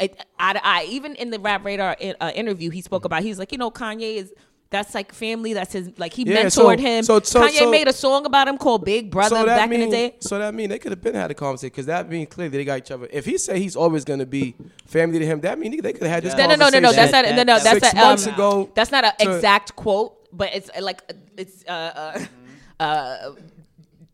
Speaker 1: It, eye to eye. even in the Rap Radar uh, interview, he
Speaker 2: Mm-hmm.
Speaker 1: spoke about. He's like, you know, Kanye is that's like family. That's his like he
Speaker 2: Yeah,
Speaker 1: mentored
Speaker 2: so-
Speaker 1: him.
Speaker 2: so- so-
Speaker 1: Kanye
Speaker 2: so-
Speaker 1: made a song about him called Big Brother back
Speaker 2: mean,
Speaker 1: in the day.
Speaker 2: So that mean they could have been had a conversation because that mean clearly they got each other. If he say he's always going to be family to him, that mean they could have had this
Speaker 1: No, no, no, no,
Speaker 2: conversation.
Speaker 1: no. That's not. No, no.
Speaker 2: that-
Speaker 1: That's
Speaker 2: six
Speaker 1: a, um,
Speaker 2: months ago
Speaker 1: That's not an
Speaker 2: to-
Speaker 1: exact quote, but it's uh, like uh, it's. uh, uh, uh,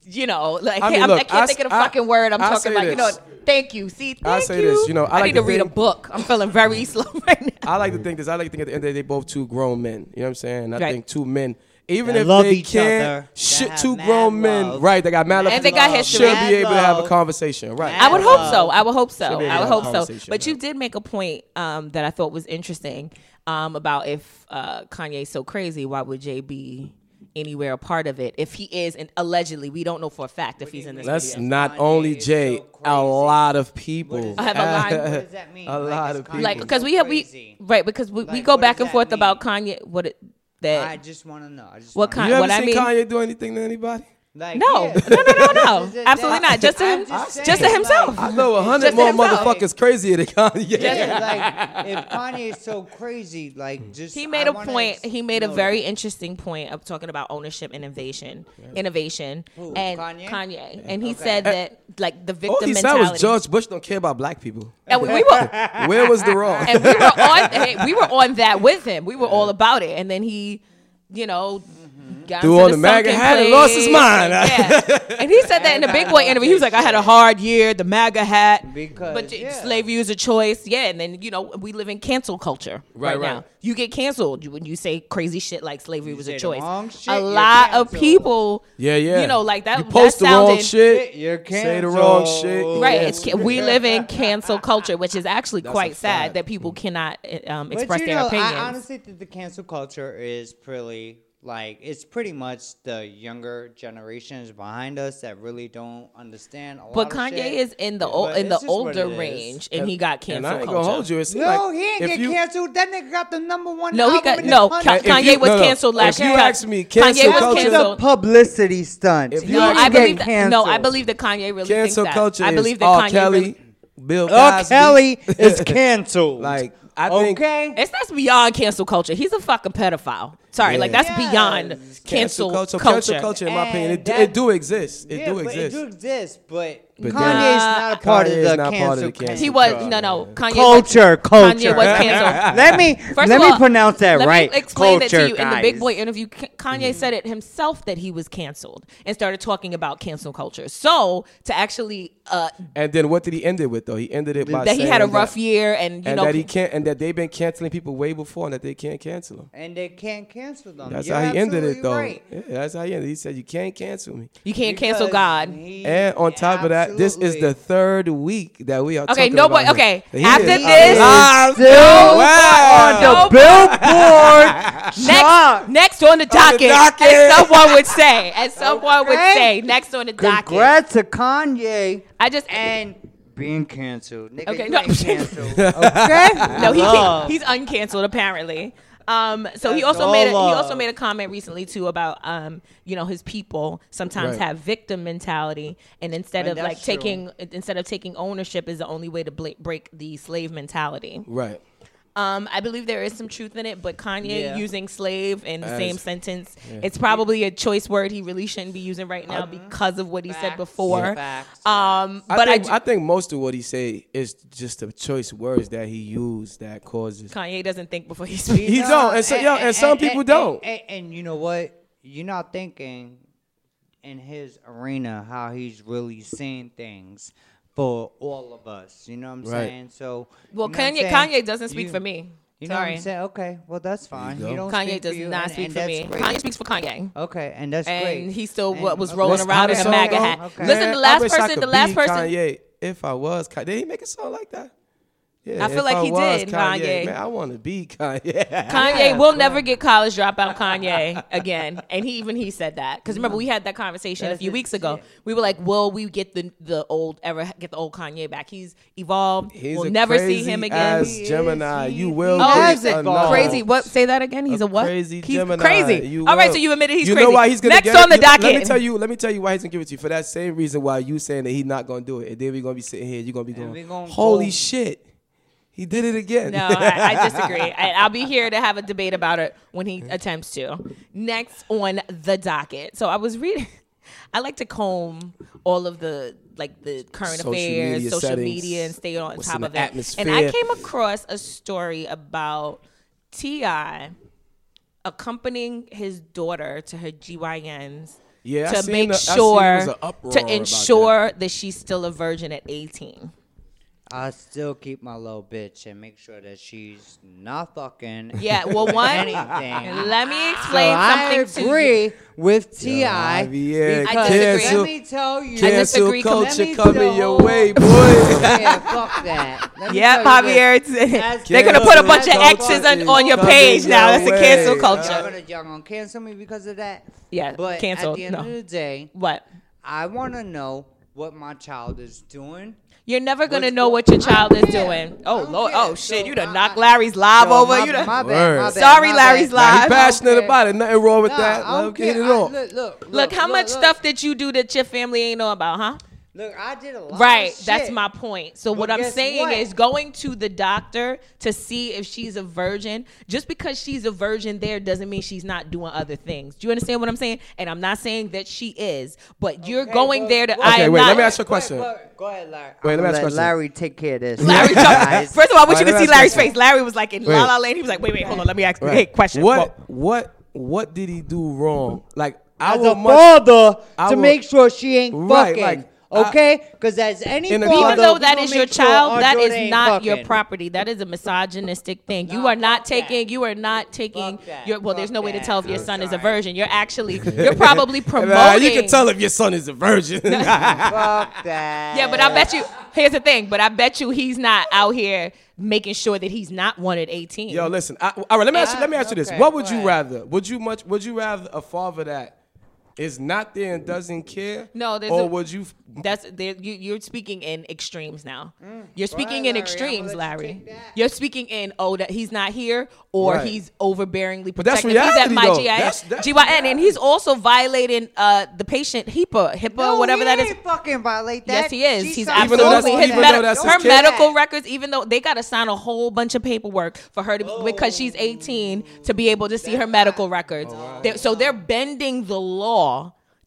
Speaker 1: You know, like I,
Speaker 2: I mean,
Speaker 1: am I
Speaker 2: look,
Speaker 1: can't
Speaker 2: I
Speaker 1: think of the
Speaker 2: s- I-
Speaker 1: fucking word I'm
Speaker 2: I
Speaker 1: talking
Speaker 2: say
Speaker 1: about. You know,
Speaker 2: this.
Speaker 1: thank you. See, thank
Speaker 2: say
Speaker 1: you.
Speaker 2: this, you know, I like
Speaker 1: need to
Speaker 2: to
Speaker 1: read a
Speaker 2: think-
Speaker 1: book. I'm feeling very slow right now.
Speaker 2: I like to
Speaker 3: Mm-hmm.
Speaker 2: think this. I like to think at the end of the day, they both two grown men. You know what I'm saying? I
Speaker 1: Right.
Speaker 2: think two men, even
Speaker 3: That
Speaker 2: if
Speaker 3: love
Speaker 2: they
Speaker 3: each
Speaker 2: can't,
Speaker 3: other,
Speaker 2: shit,
Speaker 3: that
Speaker 2: two
Speaker 3: have
Speaker 2: grown
Speaker 3: mad
Speaker 2: men,
Speaker 3: love.
Speaker 2: right? They got mad love.
Speaker 1: And they got
Speaker 2: love,
Speaker 1: history.
Speaker 2: Should
Speaker 3: Mad
Speaker 2: be able to have a
Speaker 3: love.
Speaker 2: conversation, right?
Speaker 1: I would hope
Speaker 3: Wow.
Speaker 1: so. I would hope so.
Speaker 2: Should be
Speaker 1: I would
Speaker 2: another
Speaker 1: hope so.
Speaker 2: conversation,
Speaker 1: But
Speaker 2: yeah.
Speaker 1: you did make a point um, that I thought was interesting um, about if uh, Kanye's so crazy, why would Jay be anywhere a part of it? If he is, and allegedly, we don't know for a fact if he's in this.
Speaker 2: That's
Speaker 1: video.
Speaker 2: not
Speaker 3: Kanye
Speaker 2: only
Speaker 3: is
Speaker 2: Jay,
Speaker 3: so
Speaker 2: a
Speaker 3: crazy.
Speaker 2: lot of people.
Speaker 3: is I
Speaker 1: have a that? line.
Speaker 3: What does that mean?
Speaker 2: A
Speaker 3: Like,
Speaker 2: lot
Speaker 3: it's
Speaker 2: of
Speaker 3: Kanye.
Speaker 2: people.
Speaker 1: like
Speaker 3: Kanye's
Speaker 1: because we
Speaker 3: so
Speaker 1: have we
Speaker 3: crazy.
Speaker 1: right because we, we
Speaker 3: Like,
Speaker 1: go
Speaker 3: what
Speaker 1: back
Speaker 3: does
Speaker 1: and
Speaker 3: that
Speaker 1: forth
Speaker 3: mean?
Speaker 1: about Kanye. What it, that?
Speaker 3: I just want to know. I just
Speaker 1: What
Speaker 3: wanna
Speaker 1: kind-
Speaker 2: You
Speaker 3: know.
Speaker 2: ever
Speaker 1: what I
Speaker 2: seen
Speaker 1: mean-
Speaker 2: Kanye do anything to anybody?
Speaker 3: Like,
Speaker 1: no,
Speaker 3: yeah.
Speaker 1: no, no, no,
Speaker 3: Is
Speaker 1: no,
Speaker 3: it
Speaker 1: absolutely
Speaker 3: that-
Speaker 1: not. Just to
Speaker 3: I'm
Speaker 1: him,
Speaker 3: just
Speaker 1: just to
Speaker 3: saying,
Speaker 1: himself.
Speaker 3: like-
Speaker 2: I know a hundred
Speaker 1: Just
Speaker 2: more
Speaker 1: himself.
Speaker 2: motherfuckers crazier than Kanye.
Speaker 3: Yeah, like if Kanye is so crazy,
Speaker 2: Hmm.
Speaker 3: like just
Speaker 1: He made
Speaker 3: a
Speaker 1: a point. He made a very interesting point of talking about ownership and innovation, innovation, and
Speaker 3: Kanye?
Speaker 1: Kanye. And he
Speaker 3: Okay.
Speaker 1: said that like the victim
Speaker 2: Uh, All he said
Speaker 1: mentality.
Speaker 2: was George Bush don't care about black people.
Speaker 1: and we, we were
Speaker 2: Where was the wrong?
Speaker 1: and we were on hey, we were on that with him. We were all about it. And then he, you know, got
Speaker 2: Threw
Speaker 1: into
Speaker 2: on
Speaker 1: the
Speaker 2: the MAGA
Speaker 1: sunken
Speaker 2: hat and
Speaker 1: place.
Speaker 2: lost his mind.
Speaker 1: Yeah. and he said that in the big boy interview. He was like, "I had a hard year, the MAGA hat,
Speaker 3: Because,
Speaker 1: but j-
Speaker 3: yeah.
Speaker 1: slavery is a choice." Yeah, and then you know we live in cancel culture right,
Speaker 2: Right, right.
Speaker 1: now. You get canceled you- when you say crazy shit like slavery was
Speaker 3: say
Speaker 1: a
Speaker 3: the
Speaker 1: choice.
Speaker 3: wrong shit,
Speaker 1: a
Speaker 3: you're
Speaker 1: lot of
Speaker 3: canceled.
Speaker 1: people,
Speaker 2: Yeah, yeah.
Speaker 1: you know, like that.
Speaker 2: You post
Speaker 1: that
Speaker 2: the wrong
Speaker 1: sounded-
Speaker 2: shit.
Speaker 3: You're
Speaker 2: Say the wrong
Speaker 3: canceled.
Speaker 2: shit.
Speaker 1: Right,
Speaker 2: Yeah,
Speaker 1: it's, ca- we live in cancel culture, which is actually
Speaker 2: That's a
Speaker 1: quite sad
Speaker 2: fact.
Speaker 1: that people cannot uh, um,
Speaker 3: But
Speaker 1: express
Speaker 3: you
Speaker 1: their
Speaker 3: know,
Speaker 1: opinions.
Speaker 3: I honestly think the cancel culture is pretty like it's pretty much the younger generations behind us that really don't understand. A
Speaker 1: But
Speaker 3: lot of
Speaker 1: Kanye
Speaker 3: shit.
Speaker 1: is in the
Speaker 3: Yeah,
Speaker 1: ol
Speaker 3: but
Speaker 1: in the
Speaker 3: it's just what
Speaker 1: older
Speaker 3: it is.
Speaker 1: range, and he got
Speaker 2: And
Speaker 1: canceled
Speaker 2: I ain't
Speaker 1: culture.
Speaker 2: gonna hold you. It seemed
Speaker 3: No,
Speaker 2: like
Speaker 3: he ain't
Speaker 2: if
Speaker 3: get
Speaker 2: you-
Speaker 3: canceled. That nigga got the number one.
Speaker 1: No, he
Speaker 3: album
Speaker 1: got
Speaker 3: in the
Speaker 1: no.
Speaker 3: country.
Speaker 1: Ka-
Speaker 2: If you-
Speaker 1: Kanye was
Speaker 2: no, no.
Speaker 1: canceled
Speaker 2: If
Speaker 1: last
Speaker 2: you
Speaker 1: year.
Speaker 2: ask me,
Speaker 1: Kanye
Speaker 2: cancel
Speaker 1: was
Speaker 2: culture-
Speaker 1: canceled.
Speaker 3: publicity stunt.
Speaker 2: If you
Speaker 1: No,
Speaker 2: actually
Speaker 1: I believe that, no, I believe that Kanye really thinks
Speaker 2: cancel
Speaker 1: that.
Speaker 2: culture
Speaker 1: I believe
Speaker 2: is
Speaker 1: that
Speaker 2: R.
Speaker 1: Kanye
Speaker 2: Kelly,
Speaker 1: really-
Speaker 2: Bill
Speaker 3: R.
Speaker 2: Cosby.
Speaker 3: Kelly is canceled.
Speaker 2: Like, I think-
Speaker 3: okay.
Speaker 1: It's that's beyond cancel culture. He's a fucking pedophile. Sorry, like that's
Speaker 3: Yes.
Speaker 1: beyond
Speaker 2: cancel
Speaker 1: cancel,
Speaker 2: culture. Cancel culture, in my
Speaker 3: And
Speaker 2: opinion, it, do-
Speaker 3: that-
Speaker 2: it do exist. It
Speaker 3: yeah,
Speaker 2: do
Speaker 3: but
Speaker 2: exist.
Speaker 3: It do exist, but,
Speaker 2: But
Speaker 3: Kanye's
Speaker 2: then-
Speaker 3: not a part
Speaker 2: Kanye
Speaker 3: of
Speaker 2: is
Speaker 3: the
Speaker 2: not part of
Speaker 3: cancel.
Speaker 2: the cancel
Speaker 1: He was
Speaker 3: culture.
Speaker 1: no, no. Kanye
Speaker 3: Culture,
Speaker 1: was,
Speaker 3: culture.
Speaker 1: Kanye was canceled.
Speaker 3: Let me
Speaker 1: First
Speaker 3: let
Speaker 1: of all,
Speaker 3: me pronounce that
Speaker 1: let
Speaker 3: right.
Speaker 1: Me explain
Speaker 3: culture,
Speaker 1: that to you in the Big
Speaker 3: guys. Mm-hmm.
Speaker 1: Boy interview. K- Kanye said it himself that he was canceled and started talking about cancel culture. So to actually uh,
Speaker 2: and then what did he end it with though? He ended it by
Speaker 1: that he had a
Speaker 2: saying
Speaker 1: rough
Speaker 2: that-
Speaker 1: year and you
Speaker 2: and
Speaker 1: know
Speaker 2: that he can't, and that they've been canceling people way before, and that they can't cancel him.
Speaker 3: and they can't cancel them.
Speaker 2: That's
Speaker 3: You're
Speaker 2: how he ended it,
Speaker 3: absolutely
Speaker 2: though.
Speaker 3: right.
Speaker 2: Yeah, that's how he ended. it. He said, "You can't cancel me."
Speaker 1: you can't cancel
Speaker 3: Because
Speaker 1: God.
Speaker 3: he-
Speaker 2: And on top of that, this is the
Speaker 3: absolutely.
Speaker 2: third week that we are
Speaker 1: Okay,
Speaker 2: talking
Speaker 1: nobody.
Speaker 2: about him.
Speaker 1: Okay,
Speaker 2: He
Speaker 1: after
Speaker 2: is-
Speaker 1: this,
Speaker 2: Ah, wow.
Speaker 3: Still on the billboard chart.
Speaker 1: next, next on the docket,
Speaker 2: docket.
Speaker 1: as someone would say, as someone would
Speaker 3: Okay.
Speaker 1: say, next on the docket.
Speaker 3: Congrats to Kanye
Speaker 1: I just
Speaker 3: and being canceled. Nigga,
Speaker 1: Okay,
Speaker 3: you
Speaker 1: no.
Speaker 3: ain't canceled. Okay?
Speaker 1: No, he
Speaker 3: Love.
Speaker 1: can't, he's uncanceled apparently. Um, so he
Speaker 3: That's
Speaker 1: also made a, he
Speaker 3: all love.
Speaker 1: also made a comment recently too about um, you know his people sometimes
Speaker 2: Right.
Speaker 1: have victim mentality and instead
Speaker 3: And
Speaker 1: of like
Speaker 3: that's true.
Speaker 1: taking instead of taking ownership is the only way to bla- break the slave mentality.
Speaker 2: right.
Speaker 1: Um, I believe there is some truth in it, but Kanye
Speaker 3: Yeah.
Speaker 1: using slave in the
Speaker 2: As-
Speaker 1: same sentence, it's probably a choice word he really shouldn't be using right now because of what he said
Speaker 3: Uh-huh. Facts.
Speaker 1: before.
Speaker 3: Facts.
Speaker 1: Um,
Speaker 2: I
Speaker 1: but I,
Speaker 2: think,
Speaker 1: do-
Speaker 2: I, think most of what he say is just the choice words that he used that causes.
Speaker 1: Kanye doesn't think before he speaks.
Speaker 2: He don't, and so yo, and some people don't.
Speaker 3: And, and you know what? You're not thinking in his arena how he's really seeing things for all of us. You know what I'm
Speaker 2: Right.
Speaker 3: saying?
Speaker 1: Well,
Speaker 3: So you know what I'm
Speaker 1: Kanye
Speaker 3: saying?
Speaker 1: Kanye doesn't speak
Speaker 3: You-
Speaker 1: for me.
Speaker 3: You know what
Speaker 1: Sorry,
Speaker 3: I'm saying? Okay, well that's fine.
Speaker 2: go.
Speaker 3: You don't
Speaker 1: Kanye
Speaker 3: speak for
Speaker 1: does
Speaker 3: you,
Speaker 1: not
Speaker 3: and-
Speaker 1: speak
Speaker 3: and
Speaker 1: for
Speaker 3: that's
Speaker 1: me.
Speaker 3: great.
Speaker 1: Kanye speaks for Kanye.
Speaker 3: Okay, and that's great.
Speaker 1: And he still
Speaker 3: And-
Speaker 1: what was
Speaker 3: okay.
Speaker 1: rolling
Speaker 2: Let's-
Speaker 1: around
Speaker 2: how
Speaker 1: in a
Speaker 2: the song
Speaker 1: MAGA
Speaker 2: go?
Speaker 1: hat.
Speaker 3: Oh, Okay.
Speaker 1: Listen,
Speaker 2: Man,
Speaker 1: the
Speaker 2: I
Speaker 1: last
Speaker 2: wish I
Speaker 1: person,
Speaker 2: could
Speaker 1: the last
Speaker 2: be
Speaker 1: person.
Speaker 2: Kanye, if I was Kanye, did he make a song like that? Yeah,
Speaker 1: I feel
Speaker 2: if
Speaker 1: like he
Speaker 2: was
Speaker 1: did, Kanye.
Speaker 2: Man, I want to be Kanye.
Speaker 1: Kanye
Speaker 3: Yeah,
Speaker 1: will never get college dropout Kanye again. And he even he said that. Because remember we had that conversation
Speaker 3: That's
Speaker 1: a few
Speaker 3: it.
Speaker 1: weeks ago.
Speaker 3: Yeah.
Speaker 1: We were like, will we get the the old ever get the old Kanye back? He's evolved.
Speaker 2: He's
Speaker 1: we'll
Speaker 2: a
Speaker 1: never see
Speaker 2: crazy
Speaker 1: him again. Oh,
Speaker 2: ass
Speaker 3: He is,
Speaker 2: Gemini.
Speaker 3: he-
Speaker 2: you will.
Speaker 3: he
Speaker 2: get
Speaker 3: has it,
Speaker 2: another-
Speaker 1: Crazy. What say that again? He's
Speaker 2: a
Speaker 1: a, what?
Speaker 2: crazy
Speaker 1: he's
Speaker 2: Gemini.
Speaker 1: crazy.
Speaker 2: You
Speaker 1: All right,
Speaker 2: will.
Speaker 1: so you admitted he's
Speaker 2: you
Speaker 1: crazy.
Speaker 2: know why he's gonna
Speaker 1: Next
Speaker 2: get
Speaker 1: on the
Speaker 2: it? You-
Speaker 1: docket.
Speaker 2: Let me tell you. Let me tell you why he's gonna give it to you for that same reason why you saying that he's not gonna do it, and then we're gonna be sitting here. You're gonna be
Speaker 3: we
Speaker 2: going,
Speaker 3: gonna
Speaker 2: holy
Speaker 3: go-
Speaker 2: shit, he did it again.
Speaker 1: No, I, I disagree. I, I'll be here to have a debate about it when he attempts to. Next on the docket. So I was reading. I like to comb all of the like the current
Speaker 2: Social
Speaker 1: affairs,
Speaker 2: media
Speaker 1: social
Speaker 2: settings.
Speaker 1: media, and stay on
Speaker 2: What's
Speaker 1: top
Speaker 2: in the
Speaker 1: of it. And I
Speaker 2: atmosphere.
Speaker 1: came across a story about Ti accompanying his daughter to her GYNs.
Speaker 2: Yeah, I
Speaker 1: to
Speaker 2: seen
Speaker 1: make
Speaker 2: the- I seen there
Speaker 1: sure
Speaker 2: was a uproar
Speaker 1: to
Speaker 2: about that.
Speaker 1: ensure that. she's still a virgin at 18.
Speaker 3: I still keep my little bitch and make sure that she's not fucking.
Speaker 1: Yeah, well, one-
Speaker 3: anything.
Speaker 1: Let me
Speaker 3: So
Speaker 1: explain
Speaker 3: I
Speaker 1: something to you.
Speaker 3: agree with Ti
Speaker 1: I
Speaker 2: Javier,
Speaker 3: because
Speaker 1: disagree.
Speaker 3: let me tell you,
Speaker 1: I dis-
Speaker 2: Cancel
Speaker 1: disagree
Speaker 3: completely.
Speaker 2: culture coming your way, boy.
Speaker 3: yeah, fuck that. Let me
Speaker 1: Yeah,
Speaker 3: tell you this.
Speaker 1: Javier.
Speaker 3: That's-
Speaker 1: it's- They're gonna put a bunch of
Speaker 3: Cancel
Speaker 1: extras on,
Speaker 3: culture
Speaker 1: on your
Speaker 3: is
Speaker 1: page now. That's
Speaker 2: coming
Speaker 1: a
Speaker 2: your
Speaker 1: cancel
Speaker 2: way.
Speaker 3: Y'all
Speaker 1: culture.
Speaker 3: gonna, y'all gonna cancel me because of that?
Speaker 1: Yeah,
Speaker 3: But
Speaker 1: cancel,
Speaker 3: at the end
Speaker 1: no.
Speaker 3: of the day,
Speaker 1: What?
Speaker 3: I want to know what my child is doing.
Speaker 1: You're never gonna
Speaker 3: What's
Speaker 1: know
Speaker 3: go-
Speaker 1: what your child
Speaker 3: I
Speaker 1: is
Speaker 3: don't care.
Speaker 1: doing. Oh
Speaker 3: I don't
Speaker 1: lord.
Speaker 3: care.
Speaker 1: Oh shit.
Speaker 3: So
Speaker 1: You done
Speaker 3: my-
Speaker 1: knocked Larry's live
Speaker 3: So
Speaker 1: over.
Speaker 3: my-
Speaker 1: You done.
Speaker 3: my bad,
Speaker 2: Word.
Speaker 3: my bad,
Speaker 1: Sorry,
Speaker 3: my
Speaker 1: Larry's live.
Speaker 3: bad.
Speaker 2: Nah,
Speaker 1: I
Speaker 2: he
Speaker 1: don't
Speaker 2: passionate
Speaker 3: care.
Speaker 2: about it. Nothing wrong with
Speaker 3: Nah,
Speaker 2: that.
Speaker 3: I
Speaker 2: Let him
Speaker 3: don't
Speaker 2: get
Speaker 3: care.
Speaker 2: it
Speaker 3: I-
Speaker 2: off.
Speaker 3: Look, look,
Speaker 1: Look, how
Speaker 3: look,
Speaker 1: much
Speaker 3: look.
Speaker 1: stuff did you do that your family ain't know about, huh?
Speaker 3: Look, I did a lot. of
Speaker 1: Right, that's
Speaker 3: Oh, shit.
Speaker 1: my point. So
Speaker 3: Well,
Speaker 1: what I'm
Speaker 3: guess
Speaker 1: saying
Speaker 3: what?
Speaker 1: is going to the doctor to see if she's a virgin. Just because she's a virgin there doesn't mean she's not doing other things. Do you understand what I'm saying? And I'm not saying that she is, but you're
Speaker 3: Okay,
Speaker 1: going
Speaker 3: well-
Speaker 1: there to
Speaker 3: Okay,
Speaker 1: I am
Speaker 2: wait,
Speaker 1: not
Speaker 2: let me ask you a question.
Speaker 3: go ahead, Larry.
Speaker 2: Wait,
Speaker 3: I'ma
Speaker 2: let me ask you a question.
Speaker 3: Larry, take care of this.
Speaker 1: Larry
Speaker 3: Guys.
Speaker 1: jumped. First of all, I wish
Speaker 2: Alright,
Speaker 1: you could
Speaker 2: let me
Speaker 1: see
Speaker 2: ask
Speaker 1: Larry's
Speaker 2: you a
Speaker 1: face. Larry was like in
Speaker 2: Wait.
Speaker 1: La La Land. He was like, "Wait, wait, hold on. Let me ask.
Speaker 2: Right.
Speaker 1: Hey, question.
Speaker 2: What what what did he do wrong? Like
Speaker 3: as
Speaker 2: our
Speaker 3: a
Speaker 2: mother-
Speaker 3: father
Speaker 2: I
Speaker 3: to
Speaker 2: will-
Speaker 3: make sure she ain't
Speaker 2: Right,
Speaker 3: fucking.
Speaker 2: like, I-
Speaker 3: okay, because as any
Speaker 2: In a
Speaker 3: father,
Speaker 2: club-
Speaker 1: even though that
Speaker 3: we
Speaker 1: is
Speaker 3: gonna
Speaker 1: your
Speaker 3: make sure our
Speaker 1: child, that
Speaker 3: daughter ain't
Speaker 1: is not your
Speaker 3: fucking.
Speaker 1: property. That is a misogynistic thing. You
Speaker 3: Nah,
Speaker 1: are not
Speaker 3: fuck
Speaker 1: taking.
Speaker 3: that.
Speaker 1: You are not taking.
Speaker 3: Fuck that.
Speaker 1: Your, well, there's
Speaker 3: Fuck
Speaker 1: no way to
Speaker 3: that.
Speaker 1: tell if your
Speaker 3: I'm
Speaker 1: son is a
Speaker 3: sorry. uh,
Speaker 1: virgin. You're actually. You're probably promoting.
Speaker 2: Nah, you can tell if your son is a virgin.
Speaker 3: Fuck that.
Speaker 1: Yeah, but I bet you. Here's the thing. But I bet you he's not out here making sure that he's not wanted 18.
Speaker 2: Yo, listen. I, all right, let me ask you, let me ask you this.
Speaker 1: Ah,
Speaker 3: Okay,
Speaker 2: What would
Speaker 3: go
Speaker 2: you
Speaker 3: ahead.
Speaker 2: rather? Would you much? Would you rather a father that is not there and doesn't care?
Speaker 1: No, there's
Speaker 2: Or
Speaker 1: a-
Speaker 2: would you?
Speaker 1: That's there- you, you're speaking in extremes now. You're speaking
Speaker 3: Mm. Larry,
Speaker 1: in
Speaker 3: I'ma
Speaker 1: extremes,
Speaker 3: let you
Speaker 1: Larry.
Speaker 3: take that.
Speaker 1: You are speaking in oh that he's not here or
Speaker 2: Right.
Speaker 1: he's overbearingly
Speaker 2: that's
Speaker 1: protective. He's at
Speaker 2: reality,
Speaker 1: my
Speaker 2: though.
Speaker 1: GIN,
Speaker 2: That's- that's
Speaker 1: GYN, and he's also violating uh, the patient HIPAA, HIPAA,
Speaker 3: No,
Speaker 1: whatever
Speaker 3: he
Speaker 1: that
Speaker 3: ain't
Speaker 1: is.
Speaker 3: Fucking violate that.
Speaker 1: Yes, he is.
Speaker 3: She
Speaker 1: He's
Speaker 3: signed
Speaker 2: Even though that's-
Speaker 1: absolutely
Speaker 3: off on
Speaker 1: his
Speaker 2: even
Speaker 3: that.
Speaker 2: though
Speaker 1: med-
Speaker 2: that's
Speaker 3: Don't
Speaker 2: his
Speaker 1: her
Speaker 2: kid.
Speaker 3: do
Speaker 1: medical
Speaker 3: that.
Speaker 1: records. Even though they got to sign a whole bunch of paperwork for her to, because she's 18 to be able to see her medical records.
Speaker 2: Oh,
Speaker 1: They're- so they're bending the law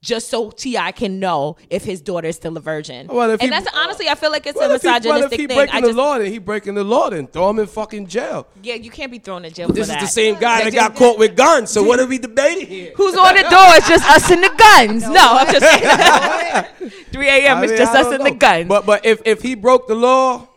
Speaker 1: just so Ti can know if his daughter is still a virgin.
Speaker 2: Well, if
Speaker 1: and
Speaker 2: he-
Speaker 1: that's honestly, I feel like it's
Speaker 2: Well,
Speaker 1: a
Speaker 2: if he, well, if
Speaker 1: misogynistic
Speaker 2: he
Speaker 1: thing.
Speaker 2: breaking
Speaker 1: I
Speaker 2: the
Speaker 1: just,
Speaker 2: law, then he breaking the law. Then throw him in fucking jail.
Speaker 1: yeah, you can't be thrown in jail
Speaker 2: This
Speaker 1: for
Speaker 2: is
Speaker 1: that.
Speaker 2: the same guy that
Speaker 1: That
Speaker 2: got
Speaker 1: just-
Speaker 2: caught with guns. So what are we debating here?
Speaker 1: Who's on the door? It's just us and the guns. No, I'm just saying. 3 a.m.
Speaker 2: I
Speaker 1: It's
Speaker 2: mean,
Speaker 1: just
Speaker 2: I
Speaker 1: us
Speaker 2: don't
Speaker 1: and the
Speaker 2: know.
Speaker 1: guns.
Speaker 2: But but if if he broke the law,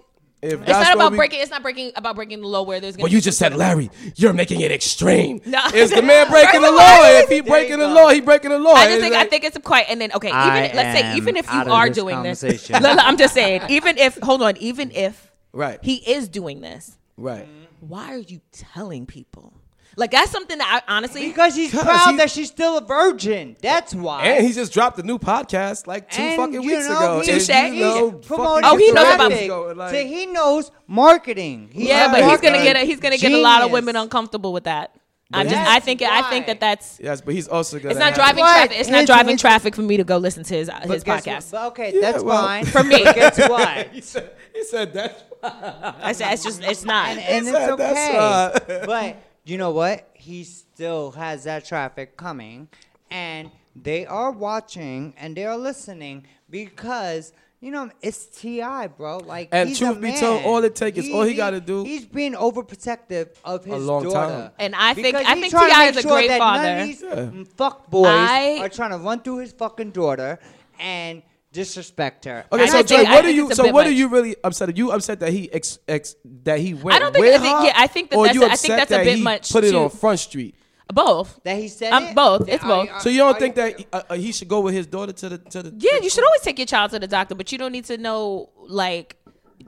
Speaker 2: if
Speaker 1: it's
Speaker 2: that's
Speaker 1: not
Speaker 2: what
Speaker 1: about
Speaker 2: we-
Speaker 1: breaking. It's not breaking about breaking the law where there's. gonna
Speaker 2: Well,
Speaker 1: be
Speaker 2: you just said, Larry, you're making it extreme.
Speaker 1: No.
Speaker 2: Is the man
Speaker 1: First
Speaker 2: breaking the
Speaker 1: of all,
Speaker 2: law?
Speaker 1: I
Speaker 2: If he
Speaker 1: just-
Speaker 2: breaking
Speaker 3: There
Speaker 2: the
Speaker 3: you
Speaker 2: law,
Speaker 3: go.
Speaker 2: he breaking the law.
Speaker 1: I just
Speaker 2: It's
Speaker 1: think
Speaker 2: like-
Speaker 1: I think it's quite and then okay, even
Speaker 3: I
Speaker 1: let's say even if
Speaker 3: am
Speaker 1: you
Speaker 3: out of
Speaker 1: are
Speaker 3: this
Speaker 1: doing this. Look,
Speaker 3: conversation.
Speaker 1: look, I'm just saying, even if hold on, even if
Speaker 2: Right.
Speaker 1: he is doing this,
Speaker 2: right.
Speaker 1: why are you telling people? Like that's something that I honestly
Speaker 3: Because he's
Speaker 2: Because
Speaker 3: proud
Speaker 2: he-
Speaker 3: that she's still a virgin. That's why.
Speaker 2: And he just dropped a new podcast like two
Speaker 3: And,
Speaker 2: fucking
Speaker 3: you
Speaker 2: weeks
Speaker 3: know,
Speaker 2: ago.
Speaker 1: Touche.
Speaker 2: And you know,
Speaker 1: He's
Speaker 3: promoting
Speaker 2: fucking
Speaker 1: Oh, he knows
Speaker 2: three
Speaker 1: about-
Speaker 2: weeks
Speaker 3: traffic.
Speaker 2: ago, like-
Speaker 3: so he knows marketing. He's
Speaker 1: Yeah,
Speaker 3: a
Speaker 1: but he's
Speaker 2: Right.
Speaker 1: gonna get a,
Speaker 3: marketing
Speaker 1: he's gonna get a lot of
Speaker 3: genius.
Speaker 1: women uncomfortable with that. I just
Speaker 3: That's
Speaker 1: I think I think
Speaker 3: why.
Speaker 1: that that's
Speaker 2: yes, but he's also gonna.
Speaker 1: it's not
Speaker 2: have-
Speaker 1: driving
Speaker 3: Right.
Speaker 1: traffic. It's not
Speaker 3: It's-
Speaker 1: driving
Speaker 3: it's-
Speaker 1: traffic for me to go listen to his his
Speaker 3: Guess what?
Speaker 1: podcast.
Speaker 3: But okay,
Speaker 2: Yeah,
Speaker 3: that's
Speaker 2: well-
Speaker 3: fine.
Speaker 1: For me.
Speaker 3: But guess what?
Speaker 2: He said, he said that.
Speaker 1: I said it's just it's not.
Speaker 3: and, and it's
Speaker 2: said
Speaker 3: okay.
Speaker 2: that's right.
Speaker 3: but you know what? He still has that traffic coming, and they are watching and they are listening because you know it's Ti, bro. Like,
Speaker 2: And
Speaker 3: he's
Speaker 2: truth
Speaker 3: a
Speaker 2: be
Speaker 3: man.
Speaker 2: told, all it take is- all he gotta do-
Speaker 3: He's being overprotective of his
Speaker 2: long time.
Speaker 3: daughter,
Speaker 1: And I think-
Speaker 3: Because
Speaker 1: I
Speaker 3: he's
Speaker 1: think
Speaker 3: trying to
Speaker 1: T.I.
Speaker 3: make
Speaker 1: is a
Speaker 3: sure
Speaker 1: great
Speaker 3: that None
Speaker 1: father.
Speaker 3: of these
Speaker 2: Yeah.
Speaker 3: mm, fuck boys
Speaker 1: I-
Speaker 3: are trying to run through his fucking daughter and disrespect her.
Speaker 2: Okay,
Speaker 1: I
Speaker 2: so
Speaker 1: think-
Speaker 2: Dre,
Speaker 1: I
Speaker 2: what are
Speaker 1: think
Speaker 2: you?
Speaker 1: it's a
Speaker 2: So
Speaker 1: bit
Speaker 2: what are
Speaker 1: much.
Speaker 2: you really upset? Are you upset that he ex, ex that he went?
Speaker 1: don't think-
Speaker 2: with
Speaker 1: I think-
Speaker 2: her?
Speaker 1: yeah, I think that
Speaker 2: Or
Speaker 1: that's-
Speaker 2: you
Speaker 1: I think
Speaker 2: upset
Speaker 1: that's a
Speaker 2: that
Speaker 1: bit
Speaker 2: he
Speaker 1: much
Speaker 2: Put it
Speaker 1: too.
Speaker 2: on Front Street.
Speaker 1: Both.
Speaker 3: that he said
Speaker 1: Um,
Speaker 3: it?
Speaker 1: both. It's
Speaker 3: Are
Speaker 1: both.
Speaker 3: you- are-
Speaker 2: So you don't
Speaker 3: are
Speaker 2: think that uh, uh, he should go with his daughter to the to the?
Speaker 1: Yeah, you should always take your child to the doctor, but you don't need to know like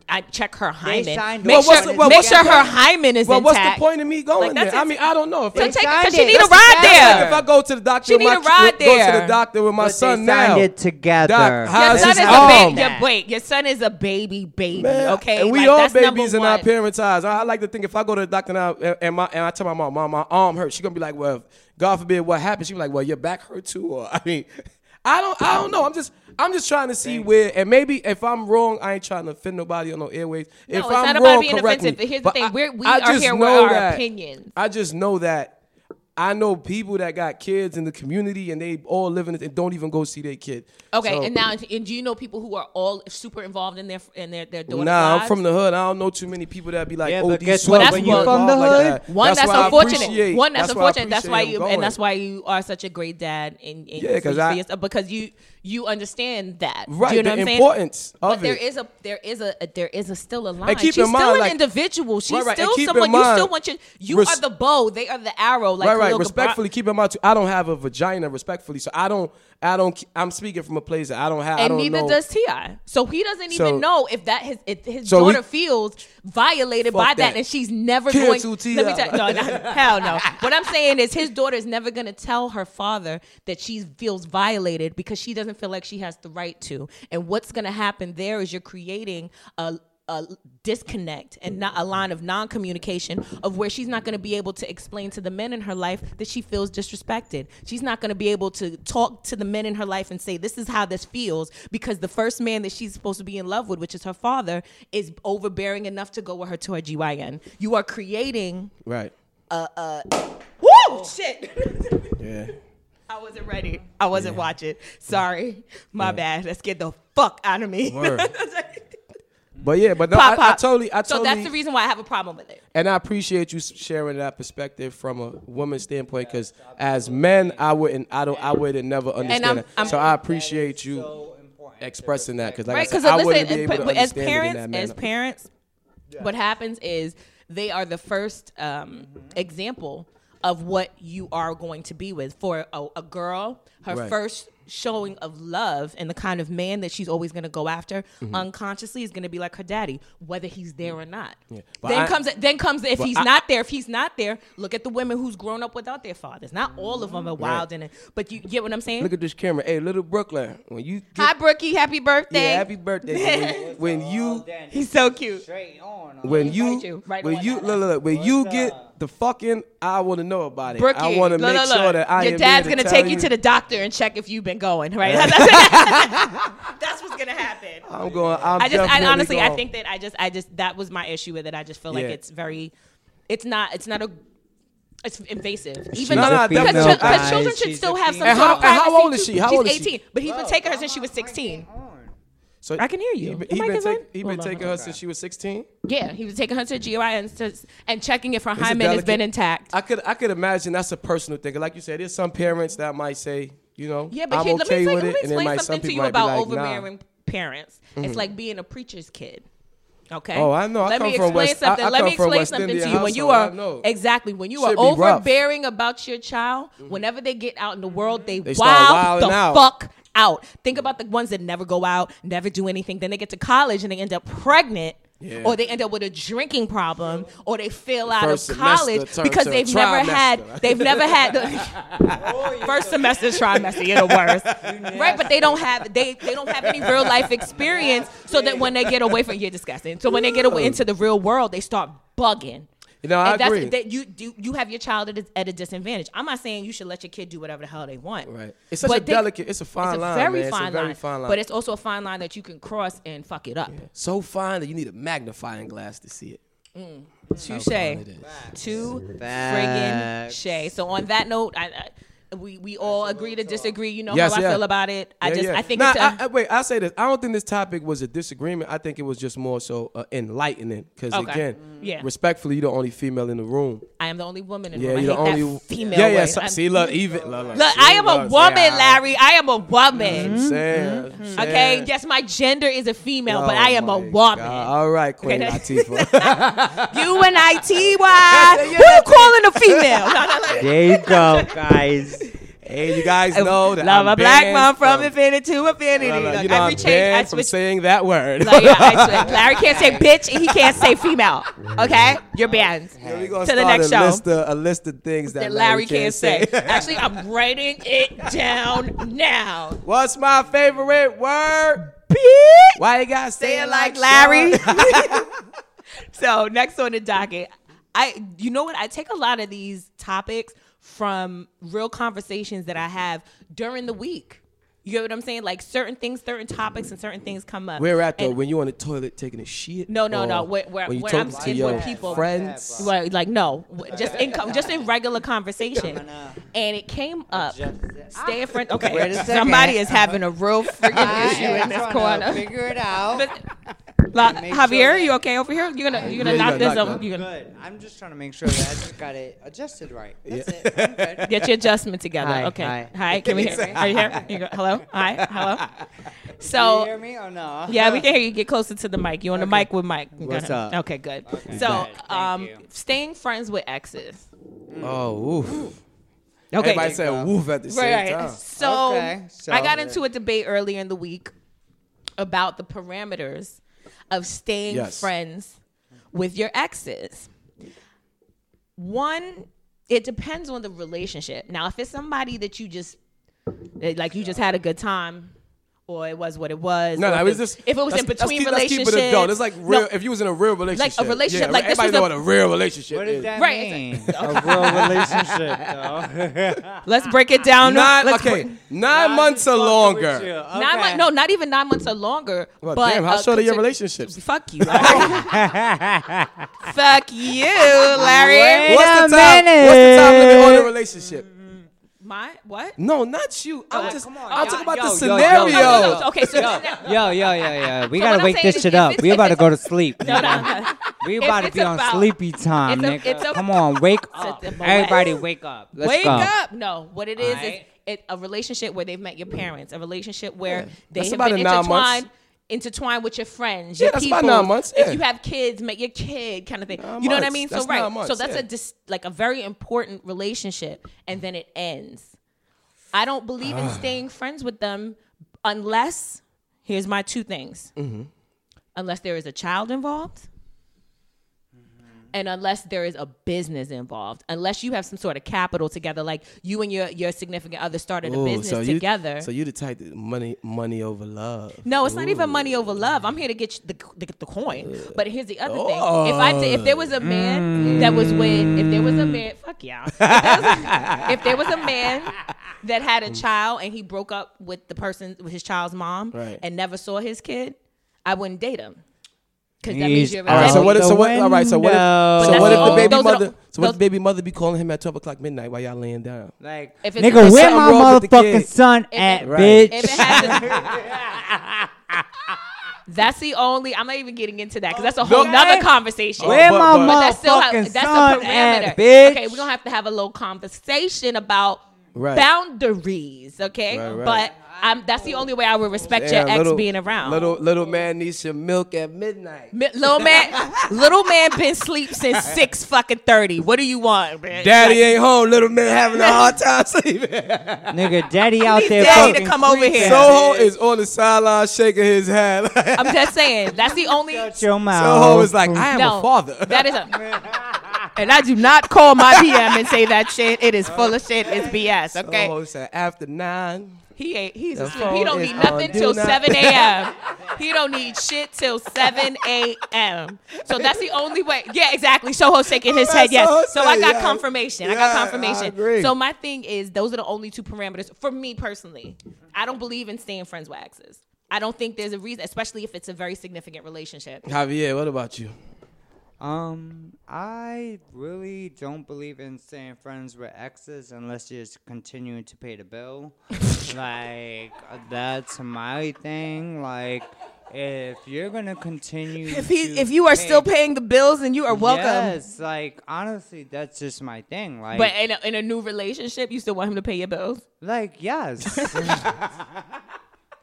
Speaker 1: I check her hymen.
Speaker 3: signed
Speaker 1: Make
Speaker 2: off on
Speaker 1: sure,
Speaker 2: it. Well,
Speaker 1: make
Speaker 2: what's
Speaker 1: sure
Speaker 2: the
Speaker 1: her
Speaker 2: point?
Speaker 1: hymen is
Speaker 2: Well, what's
Speaker 1: intact.
Speaker 2: the point of me going
Speaker 1: Like, that's
Speaker 2: there? I
Speaker 1: it.
Speaker 2: mean, I don't know. If
Speaker 1: So
Speaker 2: I-
Speaker 3: They
Speaker 1: take
Speaker 3: signed
Speaker 1: because she
Speaker 3: it.
Speaker 1: need a
Speaker 3: That's
Speaker 1: ride
Speaker 3: exactly-
Speaker 1: there.
Speaker 2: If I go to the doctor,
Speaker 1: She
Speaker 2: with
Speaker 1: need
Speaker 2: my
Speaker 1: a ride
Speaker 2: kid- go to
Speaker 1: there.
Speaker 2: the doctor with my
Speaker 3: But they
Speaker 2: son now.
Speaker 3: signed it together.
Speaker 2: Doc,
Speaker 1: Your
Speaker 2: how's
Speaker 1: son
Speaker 2: his
Speaker 1: is a
Speaker 2: arm?
Speaker 1: baby. Your, wait, your son is a baby, baby.
Speaker 2: Man,
Speaker 1: okay,
Speaker 2: and we
Speaker 1: Like,
Speaker 2: all
Speaker 1: that's number
Speaker 2: babies in our
Speaker 1: one.
Speaker 2: parents' eyes. I, I like to think if I go to the doctor now and, and my and I tell my mom, "Mom, my arm hurts," she gonna be like, "Well, God forbid what happened." She be like, "Well, your back hurt too." Or I mean, I don't, I don't know. I'm just, I'm just trying to see where. And maybe if I'm wrong, I ain't trying to offend nobody on no airways.
Speaker 1: No,
Speaker 2: if
Speaker 1: it's
Speaker 2: I'm
Speaker 1: not about
Speaker 2: wrong,
Speaker 1: being
Speaker 2: correct me.
Speaker 1: offensive, but here's the
Speaker 2: But
Speaker 1: thing,
Speaker 2: I-
Speaker 1: we're- we
Speaker 2: I
Speaker 1: are
Speaker 2: just
Speaker 1: here with
Speaker 2: know
Speaker 1: our
Speaker 2: that-
Speaker 1: opinions.
Speaker 2: I just know that I know people that got kids in the community and they all living it and don't even go see their kid.
Speaker 1: Okay,
Speaker 2: So-
Speaker 1: and now and do you know people who are all super involved in their in their their daughter's
Speaker 2: Nah, I'm
Speaker 1: lives?
Speaker 2: from the hood. I don't know too many people that be like,
Speaker 3: Yeah,
Speaker 2: oh,
Speaker 3: but
Speaker 2: these
Speaker 3: guess
Speaker 2: swell
Speaker 1: what?
Speaker 2: people
Speaker 1: When you
Speaker 2: involved
Speaker 3: from the
Speaker 2: like
Speaker 3: hood,
Speaker 2: that.
Speaker 1: One that's,
Speaker 2: why I
Speaker 1: unfortunate.
Speaker 2: appreciate-
Speaker 1: One that's,
Speaker 2: why I
Speaker 1: unfortunate. That's why
Speaker 2: appreciate
Speaker 1: you
Speaker 2: them
Speaker 1: and that's
Speaker 2: going.
Speaker 1: why you are such a great dad and, and
Speaker 2: Yeah, 'cause
Speaker 1: you
Speaker 2: I-
Speaker 1: see yourself- because you you understand that. Do
Speaker 2: Right,
Speaker 1: you know
Speaker 2: the
Speaker 1: what I'm saying?
Speaker 2: importance
Speaker 1: But
Speaker 2: of
Speaker 1: there
Speaker 2: it.
Speaker 1: is a there is a, a- there is a still a line.
Speaker 2: keep
Speaker 1: She's
Speaker 2: in mind,
Speaker 1: still an
Speaker 2: like-
Speaker 1: individual. She's
Speaker 2: Right, right, and
Speaker 1: still
Speaker 2: keep in
Speaker 1: someone. you still
Speaker 2: mind-
Speaker 1: want your you
Speaker 2: res-
Speaker 1: are the bow. They are the arrow. Like
Speaker 2: right, right.
Speaker 1: Khalil Gibran-
Speaker 2: Respectfully, keep in mind too. I don't have a vagina, respectfully. So I don't, I don't. I'm speaking from a place that I don't have. I
Speaker 1: and
Speaker 2: don't
Speaker 1: neither
Speaker 2: know.
Speaker 1: does Ti. So he doesn't
Speaker 2: So-
Speaker 1: even know if that his if his
Speaker 2: So he-
Speaker 1: daughter feels violated
Speaker 2: Fuck
Speaker 1: by that.
Speaker 2: that.
Speaker 1: and she's never
Speaker 2: Cancel
Speaker 1: going.
Speaker 2: T.I.
Speaker 1: Let me tell no, not, hell no. What I'm saying is his daughter is never going to tell her father that she feels violated because she doesn't feel like she has the right to. And what's going to happen there is you're creating a. A disconnect and not a line of non-communication of where she's not going to be able to explain to the men in her life that she feels disrespected. She's not going to be able to talk to the men in her life and say, This is how this feels, because the first man that she's supposed to be in love with, which is her father, is overbearing enough to go with her to her GYN. You are creating.
Speaker 2: Right.
Speaker 1: Woo! Shit!
Speaker 2: Yeah.
Speaker 1: I wasn't ready. I wasn't watching. Sorry. My bad. That scared the fuck out of me.
Speaker 2: Word. But yeah, but no,
Speaker 1: Pop,
Speaker 2: I, I
Speaker 1: pop.
Speaker 2: totally, I
Speaker 1: so
Speaker 2: totally.
Speaker 1: that's the reason why I have a problem with it.
Speaker 2: And I appreciate you s- sharing that perspective from a woman's standpoint, because as men, I wouldn't, I don't, I would have never
Speaker 1: I'm-
Speaker 2: understand that.
Speaker 1: I'm-
Speaker 2: so I appreciate you
Speaker 3: So important to
Speaker 2: expressing that, because like
Speaker 1: right?
Speaker 2: I said,
Speaker 1: Because
Speaker 2: I
Speaker 1: listen,
Speaker 2: wouldn't be
Speaker 1: and-
Speaker 2: able
Speaker 1: but,
Speaker 2: to
Speaker 1: but as
Speaker 2: understand it
Speaker 1: parents,
Speaker 2: in that
Speaker 1: as
Speaker 2: manner.
Speaker 1: parents, what happens is they are the first um, example of what you are going to be with for a, a girl. Her
Speaker 2: Right.
Speaker 1: first showing of love and the kind of man that she's always going to go after
Speaker 2: Mm-hmm.
Speaker 1: unconsciously is going to be like her daddy, whether he's there or not.
Speaker 2: But
Speaker 1: Then
Speaker 2: I-
Speaker 1: comes then comes if he's
Speaker 2: I-
Speaker 1: not there. If he's not there, look at the women who's grown up without their fathers. Not all of them are wild in it, but you get what I'm saying.
Speaker 2: Look at this camera, hey, little Brooklyn. When you get,
Speaker 1: Hi, Brookie. Happy birthday.
Speaker 2: yeah, happy birthday. when, when you
Speaker 1: He's so cute.
Speaker 3: straight on.
Speaker 2: when you,
Speaker 1: Invite you. Right
Speaker 2: when
Speaker 1: on,
Speaker 2: you
Speaker 1: Nana.
Speaker 2: look, look, look, when you
Speaker 3: What's
Speaker 2: get
Speaker 3: up?
Speaker 2: the fucking I want to know about it.
Speaker 1: Brookie,
Speaker 2: I want to
Speaker 1: look,
Speaker 2: make
Speaker 1: look,
Speaker 2: sure
Speaker 1: look.
Speaker 2: that I
Speaker 1: your
Speaker 2: am
Speaker 1: dad's
Speaker 2: here
Speaker 1: gonna
Speaker 2: tell
Speaker 1: take you
Speaker 2: you
Speaker 1: to the doctor and check if you've been going right. That's what's gonna happen.
Speaker 2: I'm going. I'm
Speaker 1: I just, I
Speaker 2: definitely
Speaker 1: honestly, I
Speaker 2: going.
Speaker 1: think that I just, I just that was my issue with it. I just feel like
Speaker 2: Yeah.
Speaker 1: it's very, it's not, it's not a, it's invasive.
Speaker 3: She's
Speaker 1: Even
Speaker 2: No,
Speaker 1: though,
Speaker 2: no,
Speaker 3: a
Speaker 1: because,
Speaker 2: definitely
Speaker 1: chil-
Speaker 2: not.
Speaker 1: because
Speaker 2: Guys,
Speaker 1: children should
Speaker 3: she's
Speaker 1: still
Speaker 3: a
Speaker 1: have some.
Speaker 3: female.
Speaker 2: And how-
Speaker 1: sort of
Speaker 2: and how
Speaker 1: privacy
Speaker 2: old is
Speaker 1: too.
Speaker 2: she? How
Speaker 1: She's
Speaker 2: old is she?
Speaker 1: 18, but he's been taking her since she was 16.
Speaker 2: So
Speaker 1: I can hear you. The
Speaker 2: He, he
Speaker 1: mic
Speaker 2: been,
Speaker 1: is
Speaker 2: take-
Speaker 1: on.
Speaker 2: he
Speaker 1: Hold
Speaker 2: been
Speaker 1: on,
Speaker 2: taking
Speaker 1: hold
Speaker 2: her
Speaker 1: on.
Speaker 2: since she was 16.
Speaker 1: Yeah, he was taking her to GYN and, s- and checking if her
Speaker 2: a
Speaker 1: hymen has been
Speaker 2: delicate-
Speaker 1: intact.
Speaker 2: I could I could imagine that's a personal thing. Like you said, there's some parents that might say, you know,
Speaker 1: Yeah, but
Speaker 2: I'm
Speaker 1: here,
Speaker 2: okay
Speaker 1: let
Speaker 2: with
Speaker 1: me,
Speaker 2: it,
Speaker 1: tell, you-
Speaker 2: and then
Speaker 1: let me
Speaker 2: might,
Speaker 1: explain
Speaker 2: some
Speaker 1: something to
Speaker 2: people
Speaker 1: you
Speaker 2: might
Speaker 1: about
Speaker 2: be like, nah. Mm.
Speaker 1: overbearing parents. It's like being a preacher's kid. Okay.
Speaker 2: Oh, I know. I
Speaker 1: Let
Speaker 2: come
Speaker 1: me
Speaker 2: from
Speaker 1: explain
Speaker 2: West- I-
Speaker 1: something.
Speaker 2: I
Speaker 1: let
Speaker 2: come
Speaker 1: me
Speaker 2: from
Speaker 1: explain
Speaker 2: West
Speaker 1: something
Speaker 2: Indian
Speaker 1: to you. When you
Speaker 2: household, I
Speaker 1: are
Speaker 2: know.
Speaker 1: exactly when you
Speaker 2: Should
Speaker 1: are
Speaker 2: be rough. Mm-hmm.
Speaker 1: overbearing about your child, whenever they get out in the world, they,
Speaker 2: start
Speaker 1: wild the
Speaker 2: wilding out.
Speaker 1: fuck out. Think about the ones that never go out, never do anything. Then they get to college and they end up pregnant.
Speaker 2: Yeah.
Speaker 1: Or they end up with a drinking problem, or they fail out
Speaker 2: First
Speaker 1: of
Speaker 2: semester
Speaker 1: college
Speaker 2: turned
Speaker 1: because
Speaker 2: to a
Speaker 1: they've never
Speaker 2: trimester.
Speaker 1: had they've never had the, first semester trimester you're the worst right but they don't have they they don't have any real life experience so that when they get away from you're disgusting so when they get away into the real world they start bugging
Speaker 2: You know, I
Speaker 1: and that's
Speaker 2: agree.
Speaker 1: that you do you have your child at a, at a disadvantage i'm not saying you should let your kid do whatever the hell they want
Speaker 2: Right. It's such a delicate- it's a fine line, man. It's a very fine line.
Speaker 1: but it's also a fine line that you can cross and fuck it up
Speaker 2: so fine that you need a magnifying glass to see it.
Speaker 1: touche
Speaker 2: it is.
Speaker 1: Two friggin'
Speaker 3: Facts.
Speaker 1: Shay. So on that note, I, I we we all agree to disagree. You know
Speaker 2: Yes,
Speaker 1: how I
Speaker 2: yeah.
Speaker 1: feel about it. I
Speaker 2: Yeah,
Speaker 1: just
Speaker 2: yeah.
Speaker 1: I think
Speaker 2: Nah,
Speaker 1: it's a,
Speaker 2: I- I- wait. I say this. I don't think this topic was a disagreement. I think it was just more so uh, enlightening. Because
Speaker 1: Okay. Mm.
Speaker 2: again,
Speaker 1: Yeah.
Speaker 2: respectfully, you're the only female in the room.
Speaker 1: I am the only woman in the
Speaker 2: Yeah,
Speaker 1: room. I
Speaker 2: you're the
Speaker 1: hate
Speaker 2: only
Speaker 1: that female.
Speaker 2: Yeah, yeah.
Speaker 1: word.
Speaker 2: so-
Speaker 1: I'm-
Speaker 2: see, look, even look, look,
Speaker 1: look,
Speaker 2: see,
Speaker 1: I am a
Speaker 2: look, Mm-hmm. see,
Speaker 1: woman,
Speaker 2: ah,
Speaker 1: Larry. I am a
Speaker 2: I'm
Speaker 1: woman.
Speaker 2: saying, I'm saying.
Speaker 1: Okay, yes, my gender is a female, but
Speaker 2: Oh
Speaker 1: I am a
Speaker 2: my
Speaker 1: woman.
Speaker 2: God. All right, Queen
Speaker 1: Okay, that-
Speaker 2: Latifah.
Speaker 1: You and I, T Y. Who you calling a female? No, no, no.
Speaker 3: There you go, guys.
Speaker 2: hey, you guys know that
Speaker 1: Love
Speaker 2: I'm
Speaker 1: a black
Speaker 2: banned
Speaker 1: mom from
Speaker 2: from
Speaker 1: infinity to infinity.
Speaker 2: Well, uh,
Speaker 1: Look,
Speaker 2: you
Speaker 1: every
Speaker 2: know, I'm
Speaker 1: change, I
Speaker 2: banned from
Speaker 1: switch
Speaker 2: saying that word.
Speaker 1: Like, yeah, I swear. Larry can't say bitch and he can't say female. Okay? You're banned.
Speaker 2: We're gonna
Speaker 1: to the
Speaker 2: start
Speaker 1: next
Speaker 2: a
Speaker 1: show.
Speaker 2: List of, a list of things that,
Speaker 1: That Larry can't say. Actually, I'm writing it down now.
Speaker 2: What's my favorite word?
Speaker 1: Bitch.
Speaker 2: Why you gotta say,
Speaker 1: Say
Speaker 2: it
Speaker 1: it like
Speaker 2: Sean?
Speaker 1: Larry. so, next on the docket. I you know what? I take a lot of these topics from real conversations that I have during the week. You get what I'm saying? Like certain things, certain topics, and certain things come up.
Speaker 2: Where at though?
Speaker 1: And-
Speaker 2: when you on the toilet taking a shit?
Speaker 1: No, no,
Speaker 2: Or
Speaker 1: no, where- where-
Speaker 2: when you
Speaker 1: where
Speaker 2: talking
Speaker 1: I'm
Speaker 2: to
Speaker 1: sitting
Speaker 2: your
Speaker 1: with people.
Speaker 2: friends.
Speaker 1: Well, like no, w- just in com- just in regular conversation,
Speaker 3: Coming up.
Speaker 1: and it came up. Stay in front. Okay,
Speaker 3: Wait a second.
Speaker 1: somebody is having a real
Speaker 3: I
Speaker 1: freaking issue
Speaker 3: am
Speaker 1: in this
Speaker 3: trying to
Speaker 1: corner.
Speaker 3: Figure it out.
Speaker 1: But, La-
Speaker 3: Make sure
Speaker 1: Javier,
Speaker 3: that-
Speaker 1: you okay over here? You gonna you gonna
Speaker 2: Yeah,
Speaker 1: knock
Speaker 2: you gotta
Speaker 1: this
Speaker 2: knock
Speaker 1: up?
Speaker 2: that.
Speaker 1: You gonna
Speaker 3: Good. I'm just trying to make sure that I just got it adjusted right. That's
Speaker 2: Yeah.
Speaker 3: it. I'm good.
Speaker 1: get your adjustment together?
Speaker 3: Hi,
Speaker 1: okay.
Speaker 3: hi.
Speaker 1: Can we hear? Are you here? You go, hello. Hi. Hello.
Speaker 3: Can you hear
Speaker 1: So
Speaker 3: me or no?
Speaker 1: Oh. yeah, we can hear you. Get closer to the mic. You on the mic with Mike?
Speaker 3: What's up?
Speaker 1: Okay, good. So
Speaker 3: Good. Thank
Speaker 1: um,
Speaker 3: you.
Speaker 1: staying friends with exes.
Speaker 2: Oh, oof.
Speaker 1: Okay.
Speaker 2: Everybody said woof at the same
Speaker 1: Right.
Speaker 2: time.
Speaker 1: So,
Speaker 3: Okay, so-
Speaker 1: I got into a debate earlier in the week about the parameters of staying
Speaker 2: Yes.
Speaker 1: friends with your exes. One, it depends on the relationship. Now, if it's somebody that you just eh, like, you just had a good time. Or it was what it was.
Speaker 2: No,
Speaker 1: or
Speaker 2: no,
Speaker 1: if
Speaker 2: it was
Speaker 1: it-
Speaker 2: just
Speaker 1: if it was
Speaker 2: let's-
Speaker 1: in between
Speaker 2: let's keep,
Speaker 1: relationships.
Speaker 2: Let's keep it adult. It's like real.
Speaker 1: No,
Speaker 2: if you was in a real relationship,
Speaker 1: relationship,
Speaker 2: yeah,
Speaker 1: like, this
Speaker 2: everybody
Speaker 1: was
Speaker 2: know
Speaker 1: a-
Speaker 2: what a real relationship
Speaker 3: What
Speaker 2: is.
Speaker 3: does that
Speaker 1: Right,
Speaker 3: mean?
Speaker 1: it's
Speaker 4: a real relationship, though.
Speaker 1: let's break it down.
Speaker 2: Nine,
Speaker 1: Let's
Speaker 2: okay,
Speaker 1: break-
Speaker 2: nine months or longer.
Speaker 1: Nine months, no, not even nine months or longer.
Speaker 2: Well,
Speaker 1: but
Speaker 2: damn, how
Speaker 1: uh,
Speaker 2: short are your
Speaker 1: consi-
Speaker 2: relationships?
Speaker 1: Fuck you, Larry. Fuck you, Larry.
Speaker 3: Wait
Speaker 2: What's
Speaker 3: a
Speaker 2: the time? What's the time limit on
Speaker 3: minute.
Speaker 2: a relationship?
Speaker 1: My what?
Speaker 2: No, not you. I'm
Speaker 1: Oh,
Speaker 2: just.
Speaker 3: come on,
Speaker 2: I'm
Speaker 3: yo,
Speaker 2: talking about
Speaker 3: yo,
Speaker 2: the
Speaker 3: yo,
Speaker 2: scenario.
Speaker 3: yo, yo, yo.
Speaker 1: Okay, so no,
Speaker 3: Yo, yo, yo, yo. We
Speaker 1: So what
Speaker 3: gotta
Speaker 1: I'm
Speaker 3: wake
Speaker 1: saying
Speaker 3: this
Speaker 1: is
Speaker 3: shit
Speaker 1: if
Speaker 3: up.
Speaker 1: it's-
Speaker 3: We
Speaker 1: if
Speaker 3: about to
Speaker 1: it's-
Speaker 3: go to sleep.
Speaker 1: no,
Speaker 3: nigga.
Speaker 1: no.
Speaker 3: We
Speaker 1: if
Speaker 3: about to
Speaker 1: it's
Speaker 3: be on
Speaker 1: about-
Speaker 3: sleepy time,
Speaker 1: it's a- it's a-
Speaker 3: nigga. Come on, wake up.
Speaker 1: a boy.
Speaker 3: Everybody wake up. Let's
Speaker 1: Wake
Speaker 3: go.
Speaker 1: up. No, what it is is
Speaker 3: Alright.
Speaker 1: it, a relationship where they've met your parents, a relationship where they
Speaker 2: That's
Speaker 1: have
Speaker 2: about
Speaker 1: been
Speaker 2: a nine months.
Speaker 1: intertwined. Intertwined with your friends,
Speaker 2: Yeah,
Speaker 1: your
Speaker 2: that's
Speaker 1: people.
Speaker 2: about nine months, yeah.
Speaker 1: If you have kids, make your kid kind of thing.
Speaker 2: Nine
Speaker 1: you know what I
Speaker 2: months,
Speaker 1: mean?
Speaker 2: that's
Speaker 1: so right,
Speaker 2: nine months,
Speaker 1: so that's
Speaker 2: yeah.
Speaker 1: a dis- like a very important relationship, and then it ends. I don't believe
Speaker 2: Ah.
Speaker 1: in staying friends with them unless here's my two things. Unless there is a child involved. And unless there is a business involved, unless you have some sort of capital together, like you and your, your significant other started a
Speaker 2: Ooh,
Speaker 1: business
Speaker 2: you,
Speaker 1: together.
Speaker 2: So you the type that money, money over love.
Speaker 1: no, it's not even money over love. I'm here to get you the, the, the coin. But here's the other thing: if I did,
Speaker 2: Oh.
Speaker 1: if there was a
Speaker 2: Mm.
Speaker 1: man that was with, if there was a man, fuck y'all. If there was a, if there was a man that had a child and he broke up with the person with his child's mom
Speaker 2: Right.
Speaker 1: and never saw his kid, I wouldn't date him because that
Speaker 3: He's
Speaker 1: means you're
Speaker 3: out
Speaker 2: All right, so
Speaker 3: Out
Speaker 2: what? If,
Speaker 3: the
Speaker 2: so what? All right, so what? If,
Speaker 1: But
Speaker 2: so what if
Speaker 1: that's
Speaker 2: the
Speaker 1: all-
Speaker 2: baby
Speaker 1: those are the-
Speaker 2: mother? So what if
Speaker 1: those-
Speaker 2: the baby mother be calling him at twelve o'clock midnight while y'all laying down?
Speaker 3: Like,
Speaker 1: If it's-
Speaker 3: nigga,
Speaker 1: if
Speaker 3: where
Speaker 2: something
Speaker 3: my
Speaker 2: wrong with the
Speaker 3: motherfucking
Speaker 2: kid.
Speaker 3: son
Speaker 1: If it-
Speaker 3: at,
Speaker 2: Right.
Speaker 1: If it
Speaker 3: bitch?
Speaker 1: has a- that's the only. I'm not even getting into that because that's a whole
Speaker 3: Okay.
Speaker 1: nother conversation.
Speaker 3: Where
Speaker 2: But-
Speaker 3: my
Speaker 2: but-
Speaker 1: But that's still how,
Speaker 3: motherfucking
Speaker 1: that's a
Speaker 3: son
Speaker 1: parameter.
Speaker 3: at, bitch?
Speaker 1: Okay, we're gonna have to have a little conversation about
Speaker 2: Right.
Speaker 1: boundaries. Okay,
Speaker 2: Right, right.
Speaker 1: but I'm that's the only way I would respect
Speaker 2: Damn,
Speaker 1: your ex
Speaker 2: little-
Speaker 1: being around.
Speaker 2: Little little man needs some milk at midnight.
Speaker 1: Mi- little man, little man been sleep since six fucking thirty. What do you want, man?
Speaker 2: Daddy ain't home. Little man having a hard time sleeping.
Speaker 3: Nigga, daddy out there
Speaker 1: daddy to
Speaker 3: fucking
Speaker 1: come over
Speaker 3: creeping.
Speaker 1: here. So-
Speaker 2: Soho is on the sideline shaking his head.
Speaker 1: I'm just saying that's the only.
Speaker 3: Shut your mouth.
Speaker 2: Soho is like, I am
Speaker 1: no,
Speaker 2: a father.
Speaker 1: That is a. And I do not call my PM and say that shit. It is full of shit. It's BS. Okay.
Speaker 2: Soho said after nine.
Speaker 1: He ain't. He's
Speaker 2: The
Speaker 1: asleep. He
Speaker 2: phone
Speaker 1: don't
Speaker 2: is
Speaker 1: need
Speaker 2: on
Speaker 1: nothing
Speaker 2: do
Speaker 1: till
Speaker 2: not-
Speaker 1: seven a.m. he don't need shit till seven a.m. So that's the only way. Yeah, exactly. Soho shaking his
Speaker 2: All right,
Speaker 1: head.
Speaker 2: Soho
Speaker 1: Yes. So I
Speaker 2: said,
Speaker 1: got
Speaker 2: yeah.
Speaker 1: confirmation. I
Speaker 2: Yeah,
Speaker 1: got
Speaker 2: I
Speaker 1: confirmation.
Speaker 2: agree.
Speaker 1: So my thing is, those are the only two parameters for me personally. I don't believe in staying friends with exes. I don't think there's a reason, especially if it's a very significant relationship.
Speaker 2: Javier, what about you?
Speaker 3: Um, I really don't believe in staying friends with exes unless you're just continuing to pay the bill. like uh, that's my thing. Like if you're gonna continue,
Speaker 1: If he,
Speaker 3: to
Speaker 1: if you are
Speaker 3: pay-
Speaker 1: still paying the bills, then you are welcome.
Speaker 3: yes, like honestly, that's just my thing. Like,
Speaker 1: But in a, in a new relationship, you still want him to pay your bills,
Speaker 3: like yes.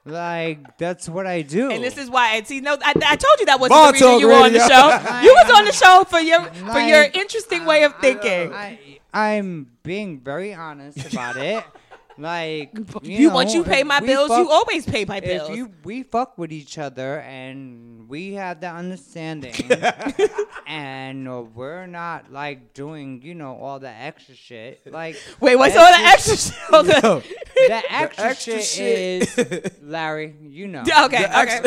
Speaker 3: Like that's what I do.
Speaker 1: and this is why. And see, no, I, I told you that wasn't
Speaker 2: Oh. Ball
Speaker 1: the reason
Speaker 2: talk
Speaker 1: you were on the
Speaker 2: radio.
Speaker 1: show. you was on the show for your for your
Speaker 3: Like,
Speaker 1: interesting way of thinking.
Speaker 3: I, I'm being very honest about it. Like you,
Speaker 1: you once you
Speaker 3: know,
Speaker 1: pay
Speaker 3: if
Speaker 1: my
Speaker 3: we
Speaker 1: bills,
Speaker 3: fuck-
Speaker 1: you always pay my bills.
Speaker 3: if you we fuck with each other and we have that understanding and we're not like doing you know all the extra shit like
Speaker 1: Wait, what's all
Speaker 3: that's
Speaker 1: the extra?
Speaker 3: just-
Speaker 1: shit? Hold on.
Speaker 3: the extra,
Speaker 2: extra
Speaker 3: shit,
Speaker 2: shit.
Speaker 3: is larry you know
Speaker 1: Yeah, okay, okay.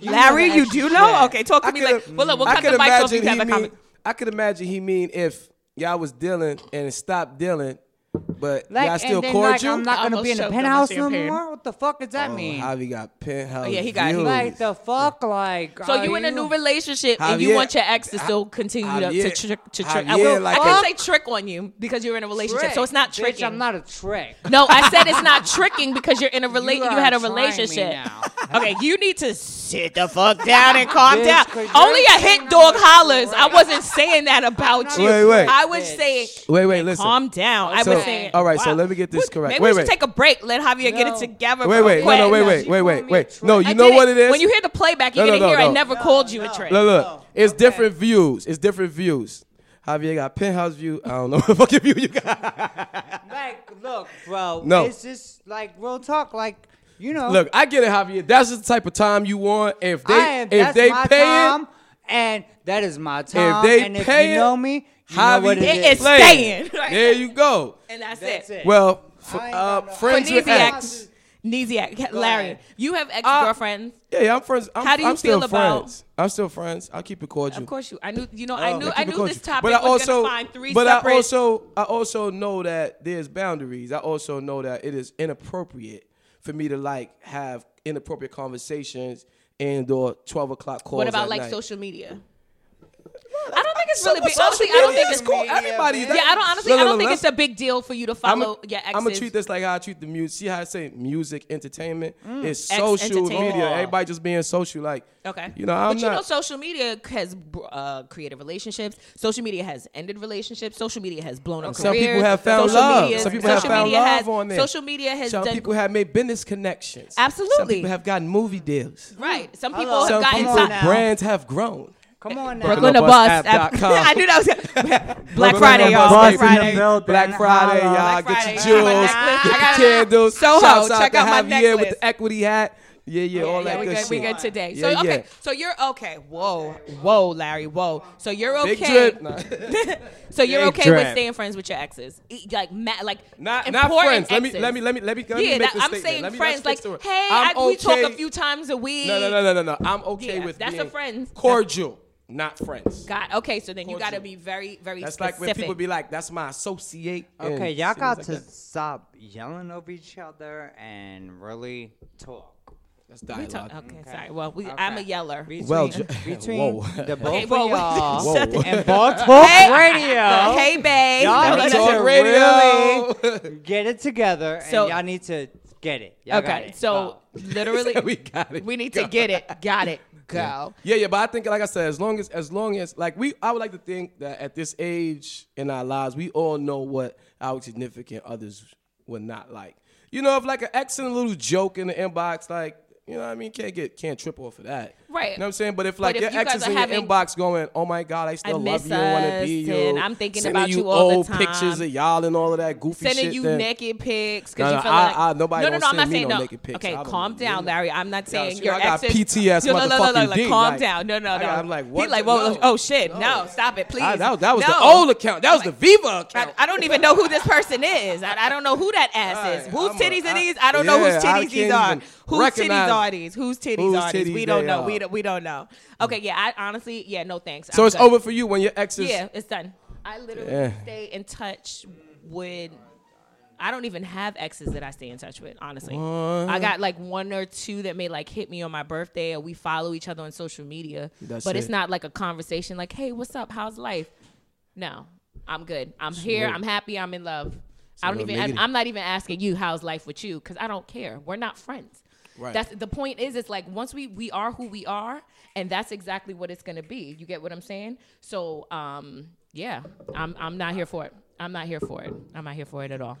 Speaker 3: You know
Speaker 1: Larry,
Speaker 3: the
Speaker 1: you
Speaker 3: extra
Speaker 1: do know?
Speaker 3: shit.
Speaker 1: Okay, talk to
Speaker 2: I
Speaker 1: me
Speaker 2: could-
Speaker 1: like. Well, look, we'll
Speaker 2: I
Speaker 1: cut
Speaker 2: could
Speaker 1: the mic off. if
Speaker 2: imagine
Speaker 1: You have
Speaker 2: he
Speaker 1: a
Speaker 2: mean,
Speaker 1: comment.
Speaker 2: I could imagine he mean if y'all was dealing and stopped dealing But
Speaker 3: Like,
Speaker 2: y'all still
Speaker 3: and then, like,
Speaker 2: cordial.
Speaker 3: I'm not gonna
Speaker 1: Almost
Speaker 3: be in the
Speaker 1: choked on my
Speaker 3: penthouse no
Speaker 1: champagne.
Speaker 3: more. What the fuck does that mean?
Speaker 2: Oh, Javi got penthouse.
Speaker 1: Oh, yeah, he got- he-
Speaker 2: views.
Speaker 3: like the fuck, like.
Speaker 1: So
Speaker 3: are
Speaker 1: you in a new relationship and you
Speaker 2: Javier-
Speaker 1: want your ex to still continue to- to
Speaker 2: Javier-
Speaker 1: trick to trick. I,
Speaker 2: Javier
Speaker 1: will,
Speaker 2: like
Speaker 1: I can
Speaker 2: a-
Speaker 1: say trick on you because you're in a relationship. So it's not
Speaker 3: trick.
Speaker 1: tricking.
Speaker 3: Bitch, I'm not a trick.
Speaker 1: no, I said it's not tricking because you're in a relate. You,
Speaker 3: are
Speaker 1: had a
Speaker 3: trying me
Speaker 1: relationship.
Speaker 3: now.
Speaker 1: Okay, you need to sit the fuck down and calm
Speaker 3: Bitch,
Speaker 1: down.
Speaker 3: 'cause
Speaker 1: Only
Speaker 3: you're
Speaker 1: a hit
Speaker 3: saying
Speaker 1: dog
Speaker 3: I'm a
Speaker 1: hollers. I
Speaker 3: trick.
Speaker 1: wasn't saying that about
Speaker 3: not
Speaker 1: you.
Speaker 3: a
Speaker 2: Wait, wait.
Speaker 1: I was
Speaker 3: bitch.
Speaker 1: saying
Speaker 2: Wait, wait, listen.
Speaker 1: calm down. I was
Speaker 2: So-
Speaker 1: saying.
Speaker 2: all right, so
Speaker 1: wow.
Speaker 2: let me get this correct.
Speaker 1: Maybe
Speaker 2: Wait,
Speaker 1: we should
Speaker 2: wait.
Speaker 1: take a break. Let Javier get
Speaker 3: No.
Speaker 1: it together.
Speaker 2: Wait,
Speaker 1: real
Speaker 2: wait,
Speaker 1: quick.
Speaker 2: no, no, wait, wait,
Speaker 3: She
Speaker 2: wait,
Speaker 3: called
Speaker 2: wait,
Speaker 3: me
Speaker 2: wait.
Speaker 3: a
Speaker 2: No,
Speaker 3: trick.
Speaker 2: you
Speaker 1: I
Speaker 2: know
Speaker 1: did
Speaker 2: what it is.
Speaker 1: When you hear the playback, you're
Speaker 2: No, no,
Speaker 1: going to
Speaker 2: no,
Speaker 1: hear I
Speaker 2: no.
Speaker 1: never called you a trick.
Speaker 2: look, look,
Speaker 3: Oh,
Speaker 2: it's different views. It's different views. Javier got penthouse view. I don't know what fucking view you got.
Speaker 3: Like, look, bro.
Speaker 2: No.
Speaker 3: It's just like real talk. Like, you know.
Speaker 2: Look, I get it, Javier. That's the type of time you want. If they,
Speaker 3: I am,
Speaker 2: if
Speaker 3: that's
Speaker 2: they
Speaker 3: my
Speaker 2: pay
Speaker 3: time,
Speaker 2: it,
Speaker 3: and that is my time.
Speaker 2: they
Speaker 3: and if
Speaker 2: pay
Speaker 3: you
Speaker 2: it,
Speaker 3: know me, you know
Speaker 2: Javier
Speaker 3: what it
Speaker 1: It
Speaker 3: is.
Speaker 1: is staying.
Speaker 2: There you go.
Speaker 1: And that's,
Speaker 3: That's
Speaker 1: it.
Speaker 3: it.
Speaker 2: Well, f-
Speaker 3: I ain't
Speaker 2: uh,
Speaker 3: got no-
Speaker 2: friends with ex.
Speaker 1: Kneesiak. Kneesiak. Larry,
Speaker 3: ahead.
Speaker 1: you have ex girlfriends.
Speaker 2: Yeah, yeah, I'm friends. I'm,
Speaker 1: How do you
Speaker 2: I'm still
Speaker 1: feel about-
Speaker 2: friends. I'm still friends. I'll keep it cordial.
Speaker 1: of course you. I knew, you know, I knew,
Speaker 2: Keep
Speaker 1: I
Speaker 2: it
Speaker 1: knew
Speaker 2: cordial.
Speaker 1: this topic
Speaker 2: But I
Speaker 1: was
Speaker 2: also,
Speaker 1: going to find three
Speaker 2: but
Speaker 1: separate.
Speaker 2: I also, I also know that there's boundaries. I also know that it is inappropriate for me to like have inappropriate conversations and or twelve o'clock calls.
Speaker 1: what about
Speaker 2: at
Speaker 1: like
Speaker 2: night.
Speaker 1: social media? I don't think it's really
Speaker 2: So-
Speaker 1: big.
Speaker 2: social
Speaker 1: Honestly, I don't
Speaker 2: media
Speaker 1: think
Speaker 2: is
Speaker 1: it's
Speaker 2: cool.
Speaker 1: cool.
Speaker 2: Everybody,
Speaker 1: Yeah, I don't honestly. I don't think it's a big deal for you to
Speaker 2: I'm
Speaker 1: follow your exes.
Speaker 2: gonna treat this like how I treat the music. See how I say music, entertainment. It's
Speaker 1: Mm. Ex-
Speaker 2: social
Speaker 1: entertainment.
Speaker 2: media. Everybody just being social. Like,
Speaker 1: Okay.
Speaker 2: you know, I'm
Speaker 1: but
Speaker 2: not.
Speaker 1: you know, social media has uh, created relationships. Social media has ended relationships. Social media has blown up
Speaker 2: Some
Speaker 1: careers.
Speaker 2: people have found
Speaker 1: social
Speaker 2: love.
Speaker 1: media-
Speaker 2: Some people have
Speaker 1: social
Speaker 2: found
Speaker 1: media
Speaker 2: love
Speaker 1: has,
Speaker 2: on there.
Speaker 1: Social media has
Speaker 2: some
Speaker 1: done
Speaker 2: people have made business connections. Some
Speaker 1: Absolutely.
Speaker 2: people have gotten movie deals.
Speaker 1: right. Some people
Speaker 3: Hello.
Speaker 1: have
Speaker 2: Some
Speaker 1: gotten
Speaker 2: people,
Speaker 3: on now.
Speaker 1: time.
Speaker 2: brands have grown.
Speaker 3: Come on now.
Speaker 1: Brooklyn to bus. app.
Speaker 2: BrooklynAbus.com.
Speaker 1: I knew that was Black
Speaker 2: Brooklyn
Speaker 1: Friday, y'all. Black
Speaker 2: Abus,
Speaker 1: Friday.
Speaker 2: baby. Black Friday, y'all.
Speaker 1: Black
Speaker 2: Get your
Speaker 1: Friday. I got my necklace.
Speaker 2: jewels,
Speaker 1: I
Speaker 2: get
Speaker 1: got
Speaker 2: your candles.
Speaker 1: Soho,
Speaker 2: Shouts out
Speaker 1: check
Speaker 2: to
Speaker 1: out my
Speaker 2: Javier with
Speaker 1: necklace. Oh,
Speaker 2: the equity hat. Yeah, yeah, all
Speaker 1: yeah,
Speaker 2: that
Speaker 1: we
Speaker 2: good
Speaker 1: good,
Speaker 2: shit.
Speaker 1: we good today.
Speaker 2: Yeah,
Speaker 1: so okay,
Speaker 2: yeah.
Speaker 1: so you're okay. Whoa, whoa, Larry, whoa. So you're okay.
Speaker 2: Big drip. Nah.
Speaker 1: So you're
Speaker 2: Big
Speaker 1: okay with
Speaker 2: drip.
Speaker 1: staying friends with your exes, E- like ma- like
Speaker 2: Not, not
Speaker 1: important
Speaker 2: friends. Let me,
Speaker 1: exes.
Speaker 2: let me, let me, let me, let me
Speaker 1: yeah,
Speaker 2: make
Speaker 1: that,
Speaker 2: this
Speaker 1: I'm
Speaker 2: statement.
Speaker 1: saying
Speaker 2: Let me- let's
Speaker 1: friends. Like,
Speaker 2: fix the word.
Speaker 1: hey,
Speaker 2: I'm
Speaker 1: I- we talk a
Speaker 2: okay-
Speaker 1: few times a week.
Speaker 2: No, no, no, no, no, no. I'm okay
Speaker 1: Yeah,
Speaker 2: with
Speaker 1: that's a
Speaker 2: being
Speaker 1: friends.
Speaker 2: cordial, not friends.
Speaker 1: God, okay, so then you got to
Speaker 2: Cordial.
Speaker 1: be very, very
Speaker 2: That's like
Speaker 1: specific.
Speaker 2: when people be like, "That's my associate." and
Speaker 3: Okay, y'all
Speaker 2: things
Speaker 3: got
Speaker 2: like
Speaker 3: to
Speaker 2: that.
Speaker 3: stop yelling over each other and really talk.
Speaker 2: That's
Speaker 1: We talk-
Speaker 2: dialogue. Mm.
Speaker 1: okay, sorry. Well, we, I'm a
Speaker 3: Okay.
Speaker 1: yeller.
Speaker 3: Between,
Speaker 2: Well, j-
Speaker 3: between
Speaker 2: whoa.
Speaker 3: the both
Speaker 1: Okay,
Speaker 3: of
Speaker 1: whoa, wait,
Speaker 3: y'all
Speaker 1: shut the-
Speaker 3: and Ball Talk
Speaker 1: Hey,
Speaker 3: Radio,
Speaker 1: Hey, babe.
Speaker 3: y'all
Speaker 2: Ball
Speaker 3: need
Speaker 2: Talk
Speaker 3: to
Speaker 2: Radio.
Speaker 3: really get it together,
Speaker 1: So-
Speaker 3: and y'all need to get it. Y'all got
Speaker 1: okay,
Speaker 3: it.
Speaker 1: so literally,
Speaker 2: we got it.
Speaker 1: we need to get it. Got it. Go.
Speaker 2: Yeah, yeah, but I think, like I said, as long as, as long as, like we, I would like to think that at this age in our lives, we all know what our significant others were not like. You know, if like an excellent little joke in the inbox, like you know, what I mean, can't get, can't trip off of that.
Speaker 1: Right.
Speaker 2: You know what I'm saying? But if like
Speaker 1: if
Speaker 2: your
Speaker 1: you
Speaker 2: ex
Speaker 1: guys
Speaker 2: is
Speaker 1: are
Speaker 2: in your
Speaker 1: having-
Speaker 2: inbox going, "Oh my God, I still
Speaker 1: I
Speaker 2: love
Speaker 1: miss
Speaker 2: you, I want to be
Speaker 1: us,
Speaker 2: you,"
Speaker 1: and I'm thinking
Speaker 2: sending
Speaker 1: about
Speaker 2: you
Speaker 1: you all the
Speaker 2: old
Speaker 1: time.
Speaker 2: pictures of y'all and all of that goofy
Speaker 1: sending
Speaker 2: shit.
Speaker 1: you
Speaker 2: then-
Speaker 1: naked pics
Speaker 2: No,
Speaker 1: because
Speaker 2: no,
Speaker 1: you feel
Speaker 2: I-
Speaker 1: like
Speaker 2: I- nobody
Speaker 1: no, no,
Speaker 2: don't
Speaker 1: no, I'm not
Speaker 2: send me
Speaker 1: saying
Speaker 2: no
Speaker 1: no.
Speaker 2: naked pics. I
Speaker 1: Okay,
Speaker 2: don't
Speaker 1: calm
Speaker 2: do
Speaker 1: down,
Speaker 2: that.
Speaker 1: Larry. I'm not saying
Speaker 2: she-
Speaker 1: your
Speaker 2: I got
Speaker 1: exes-
Speaker 2: PTS
Speaker 1: No, no, no, no,
Speaker 2: motherfucking
Speaker 1: like,
Speaker 2: dick,
Speaker 1: Calm
Speaker 2: like-
Speaker 1: down. No, no,
Speaker 2: I
Speaker 1: no.
Speaker 2: got- I'm like, what
Speaker 1: He like,
Speaker 2: the-
Speaker 1: whoa,
Speaker 2: no.
Speaker 1: oh shit, no, stop it, please.
Speaker 2: Ah, that, was- that was
Speaker 1: No. Oh
Speaker 2: the old account. That was the Viva account.
Speaker 1: I, I don't even know who this person is. I, I don't know who that ass is.
Speaker 2: Alright,
Speaker 1: Whose
Speaker 2: I'm a-
Speaker 1: titties are
Speaker 2: I-
Speaker 1: these? I don't know
Speaker 2: yeah,
Speaker 1: whose
Speaker 2: I
Speaker 1: titties these
Speaker 2: can't
Speaker 1: are.
Speaker 2: even
Speaker 1: Whose titties
Speaker 2: recognize
Speaker 1: are these? Whose titties
Speaker 2: whose
Speaker 1: are these? We
Speaker 2: titties
Speaker 1: don't
Speaker 2: they
Speaker 1: know. We
Speaker 2: are. Hmm.
Speaker 1: don't, we don't know. Okay, yeah. I honestly, yeah, no thanks.
Speaker 2: so
Speaker 1: I'm
Speaker 2: it's
Speaker 1: good.
Speaker 2: over for you when your ex is.
Speaker 1: Yeah, it's done. I literally
Speaker 2: Yeah.
Speaker 1: stay in touch with. I don't even have exes that I stay in touch with, honestly.
Speaker 2: Uh-huh.
Speaker 1: I got like one or two that may like hit me on my birthday, or we follow each other on social media.
Speaker 2: That's
Speaker 1: but it's
Speaker 2: it.
Speaker 1: not like a conversation like, "Hey, what's up? How's life?" No, I'm good. I'm here. I'm happy. I'm in love. I don't
Speaker 2: no
Speaker 1: even.
Speaker 2: negative.
Speaker 1: I'm not even asking you how's life with you because I don't care. We're not friends.
Speaker 2: Right.
Speaker 1: That's the point. Is it's like once we we are who we are, and that's exactly what it's gonna be. You get what I'm saying? So um, yeah, I'm I'm not here for it. I'm not here for it. I'm not here for it at all.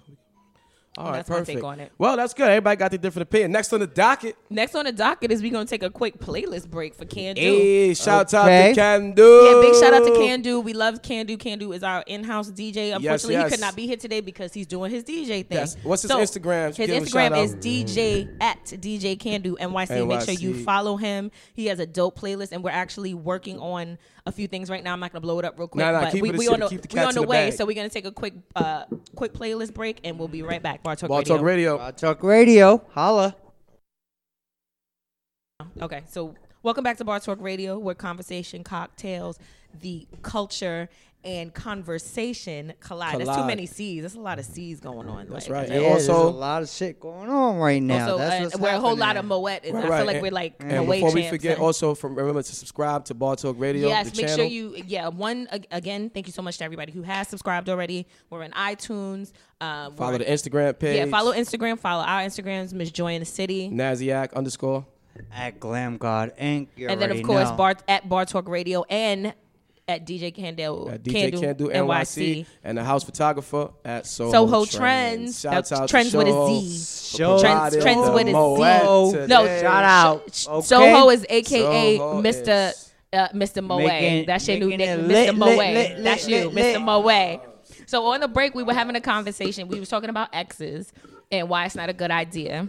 Speaker 2: All right,
Speaker 1: That's my take
Speaker 2: perfect.
Speaker 1: on it.
Speaker 2: Well, that's good. Everybody got their different opinion. Next on the docket,
Speaker 1: Next on the docket is we gonna take a quick playlist break for Can Do.
Speaker 2: hey, shout out
Speaker 3: Okay.
Speaker 2: to Can Do.
Speaker 1: Yeah, big shout out to Can Do. We love Can Do. Can Do is our in-house DJ. Unfortunately,
Speaker 2: yes.
Speaker 1: he could not be here today because he's doing his DJ thing.
Speaker 2: Yes. What's his Instagram?
Speaker 1: His
Speaker 2: Give him a
Speaker 1: Instagram
Speaker 2: shout
Speaker 1: is
Speaker 2: out.
Speaker 1: DJ at DJ Can Do NYC. Make sure you
Speaker 2: NYC.
Speaker 1: follow him. He has a dope playlist, and we're actually working on a few things right now. I'm not gonna blow it up real quick,
Speaker 2: Nah, nah,
Speaker 1: but
Speaker 2: keep
Speaker 1: we,
Speaker 2: it a
Speaker 1: we
Speaker 2: secret.
Speaker 1: on the,
Speaker 2: Keep the
Speaker 1: we
Speaker 2: cats
Speaker 1: on
Speaker 2: in
Speaker 1: the
Speaker 2: the
Speaker 1: way,
Speaker 2: bag.
Speaker 1: so we're gonna take a quick uh quick playlist break, and we'll be right back. Bar Talk
Speaker 2: Ball
Speaker 1: Radio.
Speaker 2: Talk Radio.
Speaker 3: Ball Talk Radio, holla.
Speaker 1: Okay, so Welcome back to Bar Talk Radio, where conversation cocktails, the culture, and conversation collide. There's too
Speaker 2: Collide.
Speaker 1: many C's. There's a lot of C's going on.
Speaker 2: That's
Speaker 1: like,
Speaker 2: right.
Speaker 3: Yeah,
Speaker 2: And
Speaker 3: there's a
Speaker 2: also,
Speaker 3: lot of shit going on right now.
Speaker 1: Also,
Speaker 3: That's
Speaker 1: uh,
Speaker 3: what's
Speaker 1: we're a whole lot of
Speaker 3: happening.
Speaker 1: Moet. and I
Speaker 2: right,
Speaker 1: feel like
Speaker 2: and-
Speaker 1: we're like
Speaker 2: and
Speaker 1: Moet
Speaker 2: before we
Speaker 1: champs
Speaker 2: forget,
Speaker 1: and-
Speaker 2: also from remember to subscribe to Bar Talk Radio.
Speaker 1: Yes,
Speaker 2: the
Speaker 1: make
Speaker 2: channel.
Speaker 1: sure you. Yeah, one ag- again. Thank you so much to everybody who has subscribed already. We're on iTunes. Um, we're
Speaker 2: follow
Speaker 1: on-
Speaker 2: the Instagram page.
Speaker 1: Yeah, follow Instagram. Follow our Instagrams, Miss Joy in the City.
Speaker 2: Naziac underscore.
Speaker 3: at Glam God Inc. You
Speaker 1: and then of
Speaker 3: already
Speaker 1: course
Speaker 3: know.
Speaker 1: Bar at Bar Talk Radio and at DJ Candel
Speaker 2: At DJ Can Do NYC and the house photographer at Soho,
Speaker 1: Soho Trends.
Speaker 2: Shout
Speaker 1: That's
Speaker 2: out
Speaker 1: Trends
Speaker 2: to
Speaker 1: with a
Speaker 2: Soho
Speaker 1: Z.
Speaker 2: for
Speaker 4: Trends-
Speaker 2: providing
Speaker 1: Trends
Speaker 2: the
Speaker 1: with a Z.
Speaker 2: Moet today.
Speaker 1: No,
Speaker 3: shout out.
Speaker 1: Sh-
Speaker 3: Okay?
Speaker 1: Soho is AKA
Speaker 2: Soho
Speaker 1: Mr.
Speaker 2: is-
Speaker 1: uh, Mr. Moe.
Speaker 3: Making-
Speaker 1: That's your new
Speaker 3: making it
Speaker 1: nickname, Mr.
Speaker 3: lit, lit,
Speaker 1: Moe.
Speaker 3: lit,
Speaker 1: That's
Speaker 3: lit,
Speaker 1: you,
Speaker 3: lit,
Speaker 1: Mr. Moe. So on the break, we were having a conversation. We was talking about exes and why it's not a good idea.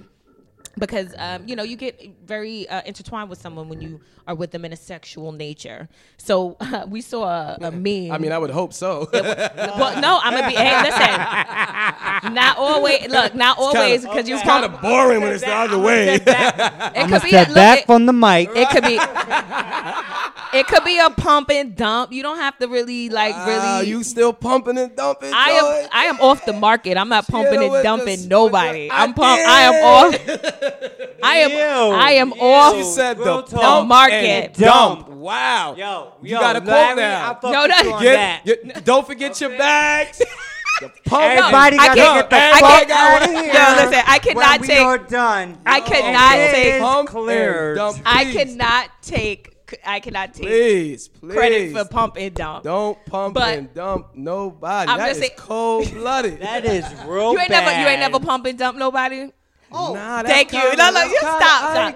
Speaker 1: Because um, you know you get very uh, intertwined with someone when you are with them in a sexual nature. So we saw a, a meme.
Speaker 2: I mean, I would hope so.
Speaker 1: Well, no, I'm gonna be. Hey, listen. Not always. Look, not always because you was
Speaker 2: kind of boring when it's the other way.
Speaker 1: It
Speaker 3: I'ma
Speaker 1: could be.
Speaker 3: step
Speaker 1: look,
Speaker 3: back
Speaker 1: it,
Speaker 3: from the mic.
Speaker 1: it could be. It could be a pump and dump. You don't have to really like really.
Speaker 2: Wow, Ah, you still pumping and dumping?
Speaker 1: I am. I am off the market. I'm not pumping
Speaker 2: know
Speaker 1: and
Speaker 2: what
Speaker 1: dumping
Speaker 2: this-
Speaker 1: nobody.
Speaker 2: I
Speaker 1: I'm pump. I am off. I am.
Speaker 4: Ew.
Speaker 1: I am
Speaker 4: Ew.
Speaker 2: You
Speaker 1: off.
Speaker 2: said
Speaker 4: Real
Speaker 2: the
Speaker 4: talk.
Speaker 2: pump
Speaker 1: The market.
Speaker 2: and dump. Wow.
Speaker 4: Yo,
Speaker 2: you
Speaker 4: yo,
Speaker 2: got a
Speaker 4: Larry,
Speaker 2: quote
Speaker 4: I
Speaker 2: now.
Speaker 4: fuck
Speaker 1: No,
Speaker 4: with
Speaker 1: no.
Speaker 4: you on
Speaker 1: Get-
Speaker 4: that.
Speaker 2: You- don't forget your bags. The pump
Speaker 3: Everybody
Speaker 2: and
Speaker 1: I
Speaker 3: gotta
Speaker 1: can't-
Speaker 3: get the
Speaker 1: I
Speaker 3: fuck
Speaker 1: can't-
Speaker 3: out of here.
Speaker 1: Yo, listen. I cannot
Speaker 3: when we
Speaker 1: take.
Speaker 3: are done.
Speaker 1: I cannot
Speaker 3: And
Speaker 1: take-
Speaker 3: it is
Speaker 2: Pump
Speaker 3: cleared.
Speaker 2: and dump.
Speaker 1: I
Speaker 2: Please.
Speaker 1: cannot take. I cannot take
Speaker 2: Please, please.
Speaker 1: credit for pump and dump.
Speaker 2: Don't pump
Speaker 1: But-
Speaker 2: and dump nobody.
Speaker 1: I'm
Speaker 2: That
Speaker 1: just
Speaker 2: is
Speaker 1: saying-
Speaker 2: cold blooded.
Speaker 3: That is real
Speaker 1: You ain't
Speaker 3: bad.
Speaker 1: never you ain't never pump and dump nobody. Oh.
Speaker 2: nah, that's
Speaker 1: Thank you.
Speaker 2: kinda-
Speaker 1: No, no,
Speaker 2: that's
Speaker 1: you
Speaker 2: kinda-
Speaker 1: stop,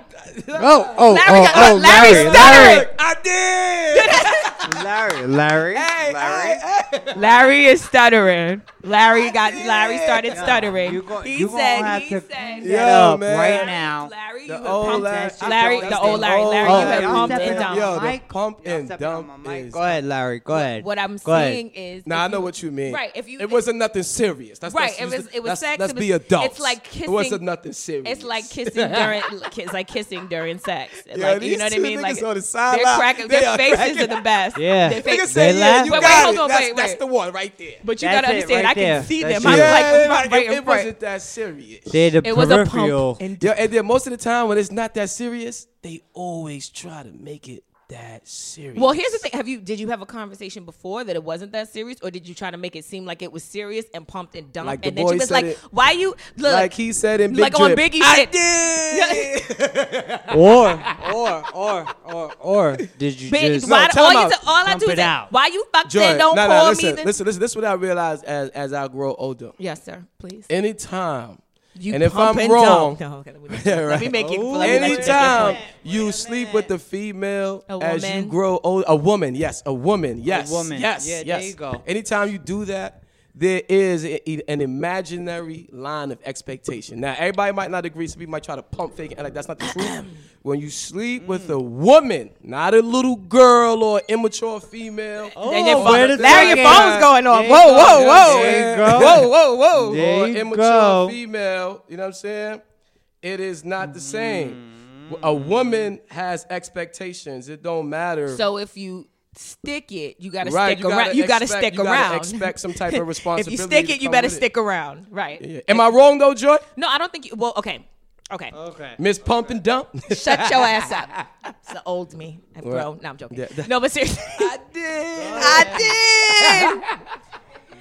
Speaker 3: Oh, oh,
Speaker 1: Larry
Speaker 3: oh,
Speaker 1: got-
Speaker 3: oh,
Speaker 1: Larry
Speaker 3: Larry,
Speaker 1: stuttered.
Speaker 3: Larry,
Speaker 2: I did.
Speaker 3: Larry, Larry,
Speaker 2: Hey,
Speaker 3: Larry.
Speaker 2: hey, hey.
Speaker 1: Larry is stuttering. Larry got
Speaker 2: did.
Speaker 1: Larry started stuttering.
Speaker 3: You gon-
Speaker 1: he
Speaker 3: you gonna
Speaker 1: said
Speaker 3: have
Speaker 1: he
Speaker 3: to
Speaker 1: said
Speaker 2: Yeah,
Speaker 3: Get up
Speaker 2: man.
Speaker 3: right now.
Speaker 1: Larry, you
Speaker 2: The
Speaker 1: have
Speaker 2: old
Speaker 1: pumped
Speaker 2: Larry-
Speaker 1: and Larry,
Speaker 2: I
Speaker 1: the
Speaker 2: thought-
Speaker 1: old Larry,
Speaker 2: Oh,
Speaker 1: Larry,
Speaker 3: Oh,
Speaker 1: you
Speaker 3: y'all
Speaker 1: have pumped
Speaker 3: stepping
Speaker 1: and
Speaker 3: on
Speaker 1: dumped.
Speaker 2: Yo,
Speaker 3: my mic.
Speaker 2: the pump
Speaker 3: Y'all
Speaker 2: and
Speaker 3: stepping on my
Speaker 2: dump
Speaker 3: mic.
Speaker 2: is-
Speaker 3: Go ahead, Larry. Go ahead.
Speaker 1: What I'm
Speaker 3: Go ahead.
Speaker 1: saying is
Speaker 2: Nah, I
Speaker 1: if
Speaker 2: know
Speaker 1: you-
Speaker 2: what you mean.
Speaker 1: Right, if you-
Speaker 2: it wasn't nothing serious. That's
Speaker 1: Right,
Speaker 2: That's,
Speaker 1: it was- it was
Speaker 2: that's,
Speaker 1: sex,
Speaker 2: That's
Speaker 1: it was-
Speaker 2: be adults.
Speaker 1: it's like
Speaker 2: It wasn't
Speaker 1: kissing-
Speaker 2: nothing serious.
Speaker 1: It's like kissing during it's like kissing during sex.
Speaker 2: Yo,
Speaker 1: like you
Speaker 2: these
Speaker 1: know what I
Speaker 2: two
Speaker 1: mean? Like
Speaker 2: niggas on the
Speaker 1: they're
Speaker 2: sideline,
Speaker 1: cracking
Speaker 2: they
Speaker 1: their
Speaker 2: are
Speaker 1: faces
Speaker 2: cracking-
Speaker 1: are the best.
Speaker 3: Yeah.
Speaker 1: Their
Speaker 2: Nigga
Speaker 1: fa-
Speaker 2: said,
Speaker 3: They
Speaker 2: yeah,
Speaker 3: laugh.
Speaker 2: you
Speaker 1: Wait, wait,
Speaker 2: got
Speaker 1: hold
Speaker 2: it.
Speaker 1: on,
Speaker 2: that's,
Speaker 1: wait,
Speaker 2: that's
Speaker 1: wait.
Speaker 2: the one right there.
Speaker 1: but you
Speaker 3: That's
Speaker 1: gotta
Speaker 3: it
Speaker 1: understand,
Speaker 3: right
Speaker 1: I can
Speaker 3: there.
Speaker 1: see
Speaker 3: That's
Speaker 1: them. I'm
Speaker 3: it.
Speaker 2: Yeah,
Speaker 1: like
Speaker 2: like,
Speaker 1: right
Speaker 2: it,
Speaker 1: in
Speaker 2: it
Speaker 1: front.
Speaker 2: wasn't that serious.
Speaker 3: They're the
Speaker 1: It was a
Speaker 3: peripheral.
Speaker 1: pump and
Speaker 2: Yo, and then most of the time when it's not that serious, they always try to make it that serious.
Speaker 1: Well, here's the thing: Have you did you have a conversation before that it wasn't that serious, or did you try to make it seem like it was serious and pumped and dumped,
Speaker 2: Like the
Speaker 1: and then
Speaker 2: boy
Speaker 1: she was
Speaker 2: said
Speaker 1: like,
Speaker 2: it.
Speaker 1: "Why you look
Speaker 2: like he said in Big
Speaker 1: like on
Speaker 2: Drip,
Speaker 1: Biggie
Speaker 2: I
Speaker 1: shit.
Speaker 2: did.
Speaker 3: or, or, or, or, or, did you
Speaker 1: Bitch,
Speaker 3: just
Speaker 1: why,
Speaker 2: No,
Speaker 1: all,
Speaker 2: tell him
Speaker 1: you
Speaker 2: out.
Speaker 1: do- all I
Speaker 3: Dump
Speaker 1: do
Speaker 3: it
Speaker 1: is say,
Speaker 3: out.
Speaker 1: why you fucking
Speaker 2: Joy,
Speaker 1: don't
Speaker 2: nah, nah,
Speaker 1: call
Speaker 2: listen,
Speaker 1: me? the-"
Speaker 2: listen, listen. This is what I realized as as I grow older.
Speaker 1: Yes, sir. Please.
Speaker 2: Anytime,
Speaker 1: You
Speaker 2: and if
Speaker 1: pump
Speaker 2: I'm
Speaker 1: and
Speaker 2: wrong,
Speaker 1: dump. No, okay, let me make
Speaker 2: Yeah,
Speaker 1: it- let me
Speaker 2: right.
Speaker 1: make it. let me let you make it
Speaker 2: anytime
Speaker 1: clear.
Speaker 2: you sleep with the female
Speaker 1: A
Speaker 2: as you
Speaker 1: woman.
Speaker 2: grow old, a woman, yes, a woman, yes,
Speaker 3: woman.
Speaker 2: yes,
Speaker 3: Yeah, there
Speaker 2: yes.
Speaker 3: you go.
Speaker 2: Anytime you do that, there is a- a- an imaginary line of expectation. Now, everybody might not agree. Some people might try to pump fake, and like that's not the truth. When you sleep
Speaker 1: Mm.
Speaker 2: with a woman, not a little girl or immature female,
Speaker 1: Then your
Speaker 3: Oh, where
Speaker 1: phone,
Speaker 3: the
Speaker 1: Larry, your
Speaker 3: fuck
Speaker 1: phone's
Speaker 3: at?
Speaker 1: going off.
Speaker 3: There you
Speaker 1: Whoa,
Speaker 3: go.
Speaker 1: whoa, whoa,
Speaker 2: There you go.
Speaker 1: whoa, whoa, whoa.
Speaker 3: There
Speaker 2: or
Speaker 3: you
Speaker 2: immature
Speaker 3: go.
Speaker 2: female, you know what I'm saying? It is not the same.
Speaker 1: Mm.
Speaker 2: A woman has expectations. It don't matter.
Speaker 1: So if you stick it, you gotta
Speaker 2: Right,
Speaker 1: stick
Speaker 2: you gotta
Speaker 1: around. You gotta
Speaker 2: expect-
Speaker 1: stick
Speaker 2: you gotta
Speaker 1: around.
Speaker 2: expect some type of
Speaker 1: if you
Speaker 2: responsibility
Speaker 1: stick
Speaker 2: to
Speaker 1: it, you
Speaker 2: come
Speaker 1: better
Speaker 2: with it.
Speaker 1: stick around. Right.
Speaker 2: Yeah. Uh, Am I wrong though, Joy?
Speaker 1: No, I don't think you. Well, okay. Okay.
Speaker 4: Okay.
Speaker 2: Miss Pump and Dump.
Speaker 1: Shut your ass up. It's the old me. I'm
Speaker 2: Right.
Speaker 1: grown. No, I'm joking.
Speaker 2: Yeah.
Speaker 1: No, but seriously. I did. I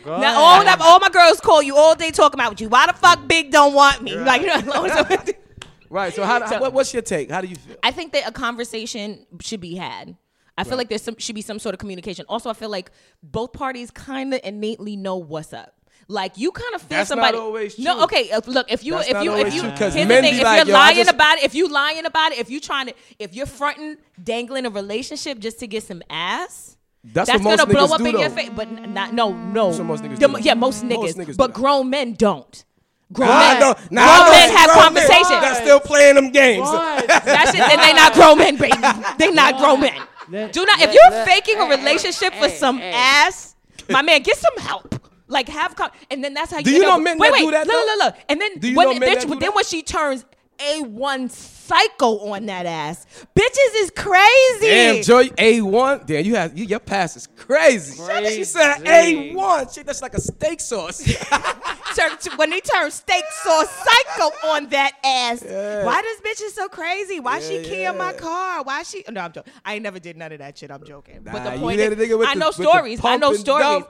Speaker 4: Go ahead.
Speaker 1: did. Now, all, that, all my girls call you all day talking about you. Why the fuck Big don't want me? Like, you know,
Speaker 2: right. So, how,
Speaker 1: So-
Speaker 2: what, what's your take? How do you feel?
Speaker 1: I think that a conversation should be had. I feel like there's some should be some sort of communication. Also, I feel like both parties kind of innately know what's up. Like you kind of feel
Speaker 2: That's not
Speaker 1: somebody.
Speaker 2: always
Speaker 1: no,
Speaker 2: true.
Speaker 1: okay. uh, Look, if you
Speaker 2: That's
Speaker 1: if
Speaker 2: not
Speaker 1: you if
Speaker 2: always
Speaker 1: you
Speaker 2: true,
Speaker 1: here's
Speaker 2: 'cause
Speaker 1: the
Speaker 2: men be
Speaker 1: thing. If
Speaker 2: like,
Speaker 1: you're
Speaker 2: "Yo, I
Speaker 1: lying
Speaker 2: just-
Speaker 1: about it, if you lying about it, if you trying to, if you're fronting, dangling a relationship just to get some ass.
Speaker 2: That's
Speaker 1: That's,
Speaker 2: what most
Speaker 1: gonna blow
Speaker 2: niggas
Speaker 1: up
Speaker 2: do,
Speaker 1: in your
Speaker 2: though.
Speaker 1: face, but n- not no no.
Speaker 2: what most niggas
Speaker 1: The-
Speaker 2: do.
Speaker 1: Yeah, most niggas,
Speaker 2: Most niggas do
Speaker 1: but
Speaker 2: that.
Speaker 1: grown men don't. Grown
Speaker 2: Nah, I
Speaker 1: men,
Speaker 2: know- nah, I
Speaker 1: grown
Speaker 2: know
Speaker 1: men
Speaker 2: some
Speaker 1: have
Speaker 2: grown men
Speaker 1: conversations.
Speaker 2: that's still playing them games.
Speaker 1: That shit, then they not grown men, baby. They not grown men.
Speaker 3: Let-
Speaker 1: Do not. If
Speaker 3: let-
Speaker 1: you're
Speaker 3: let-
Speaker 1: faking a
Speaker 3: hey,
Speaker 1: relationship for
Speaker 3: hey,
Speaker 1: some
Speaker 3: hey.
Speaker 1: ass, my man, get some help. Like have, co- and then that's how you.
Speaker 2: Do you
Speaker 1: end up
Speaker 2: know
Speaker 1: with-
Speaker 2: men
Speaker 1: wait,
Speaker 2: that
Speaker 1: wait,
Speaker 2: do that,
Speaker 1: Look,
Speaker 2: though?
Speaker 1: look, look, look. And then
Speaker 2: Do you
Speaker 1: when
Speaker 2: know
Speaker 1: it-
Speaker 2: men
Speaker 1: then,
Speaker 2: that do
Speaker 1: then
Speaker 2: that?
Speaker 1: when she turns a one psycho on that ass. Bitches is crazy.
Speaker 2: Damn, Joy, A one. Damn, you have you, your pass is crazy. She said A
Speaker 4: Crazy.
Speaker 2: one. Shit, that's like a steak sauce.
Speaker 1: Turn- t- when they turn steak sauce psycho on that ass. Why this bitch is so crazy? Why she key in my car? Why she? No, I'm joking. I ain't never did none of that shit. I'm joking. but
Speaker 2: Nah,
Speaker 1: the
Speaker 2: you
Speaker 1: point
Speaker 2: let
Speaker 1: is,
Speaker 2: a nigga with
Speaker 1: I
Speaker 2: the-
Speaker 1: know
Speaker 2: with the
Speaker 1: stories. I
Speaker 2: pump
Speaker 1: know
Speaker 2: and
Speaker 1: stories.
Speaker 2: dump.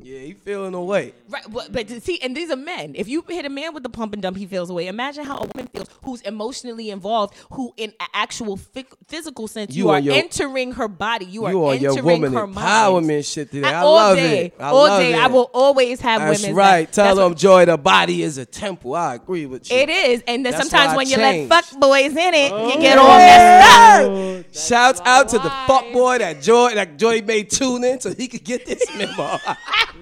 Speaker 2: Yeah, he feeling away.
Speaker 1: Right, but, but to see, and these are men. If you hit a man with the pump and dump, he feels away. Imagine how a woman feels who's emotionally involved, who in a actual phy- physical sense, you,
Speaker 2: You
Speaker 1: are
Speaker 2: on your-
Speaker 1: entering her body. You are,
Speaker 2: You on your
Speaker 1: entering
Speaker 2: woman
Speaker 1: her mind.
Speaker 2: empowerment shit today. I
Speaker 1: all
Speaker 2: love
Speaker 1: day,
Speaker 2: it. I
Speaker 1: all
Speaker 2: love
Speaker 1: day,
Speaker 2: it.
Speaker 1: I will always have
Speaker 2: That's
Speaker 1: women.
Speaker 2: right.
Speaker 1: That,
Speaker 2: Tell
Speaker 1: that's
Speaker 2: them,
Speaker 1: what-
Speaker 2: Joy, the body is a temple. I agree with you.
Speaker 1: it is. And then
Speaker 2: That's why
Speaker 1: sometimes
Speaker 2: I
Speaker 1: when you
Speaker 2: changed.
Speaker 1: let fuck boys in it, you get
Speaker 2: Yeah.
Speaker 1: all messed up.
Speaker 2: Shouts out to the fuck boy that Joy that Joy made tune in so he could get this memo.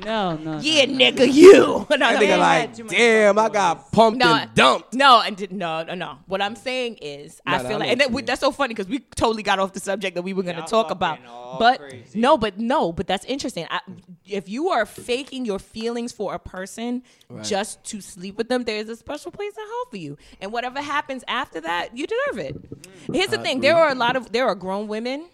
Speaker 3: No, no.
Speaker 1: Yeah, nigga, you. No,
Speaker 2: that
Speaker 1: no,
Speaker 2: nigga
Speaker 1: no.
Speaker 2: like, damn, I got pumped and dumped.
Speaker 1: No, I did no, no, no. What I'm saying is, I
Speaker 2: No, no, I
Speaker 1: feel
Speaker 2: know
Speaker 1: like, and
Speaker 2: what
Speaker 1: that,
Speaker 2: you
Speaker 1: we,
Speaker 2: mean.
Speaker 1: that's so funny because we totally got off the subject that we were going to
Speaker 4: Y'all
Speaker 1: talk
Speaker 4: fucking
Speaker 1: about.
Speaker 4: all
Speaker 1: But
Speaker 4: crazy.
Speaker 1: no, but no, but that's interesting. I, if you are faking your feelings for a person just to sleep with them, there is a special place in hell for you, and whatever happens after that, you deserve it. Here's the thing: there are a lot of there are grown women.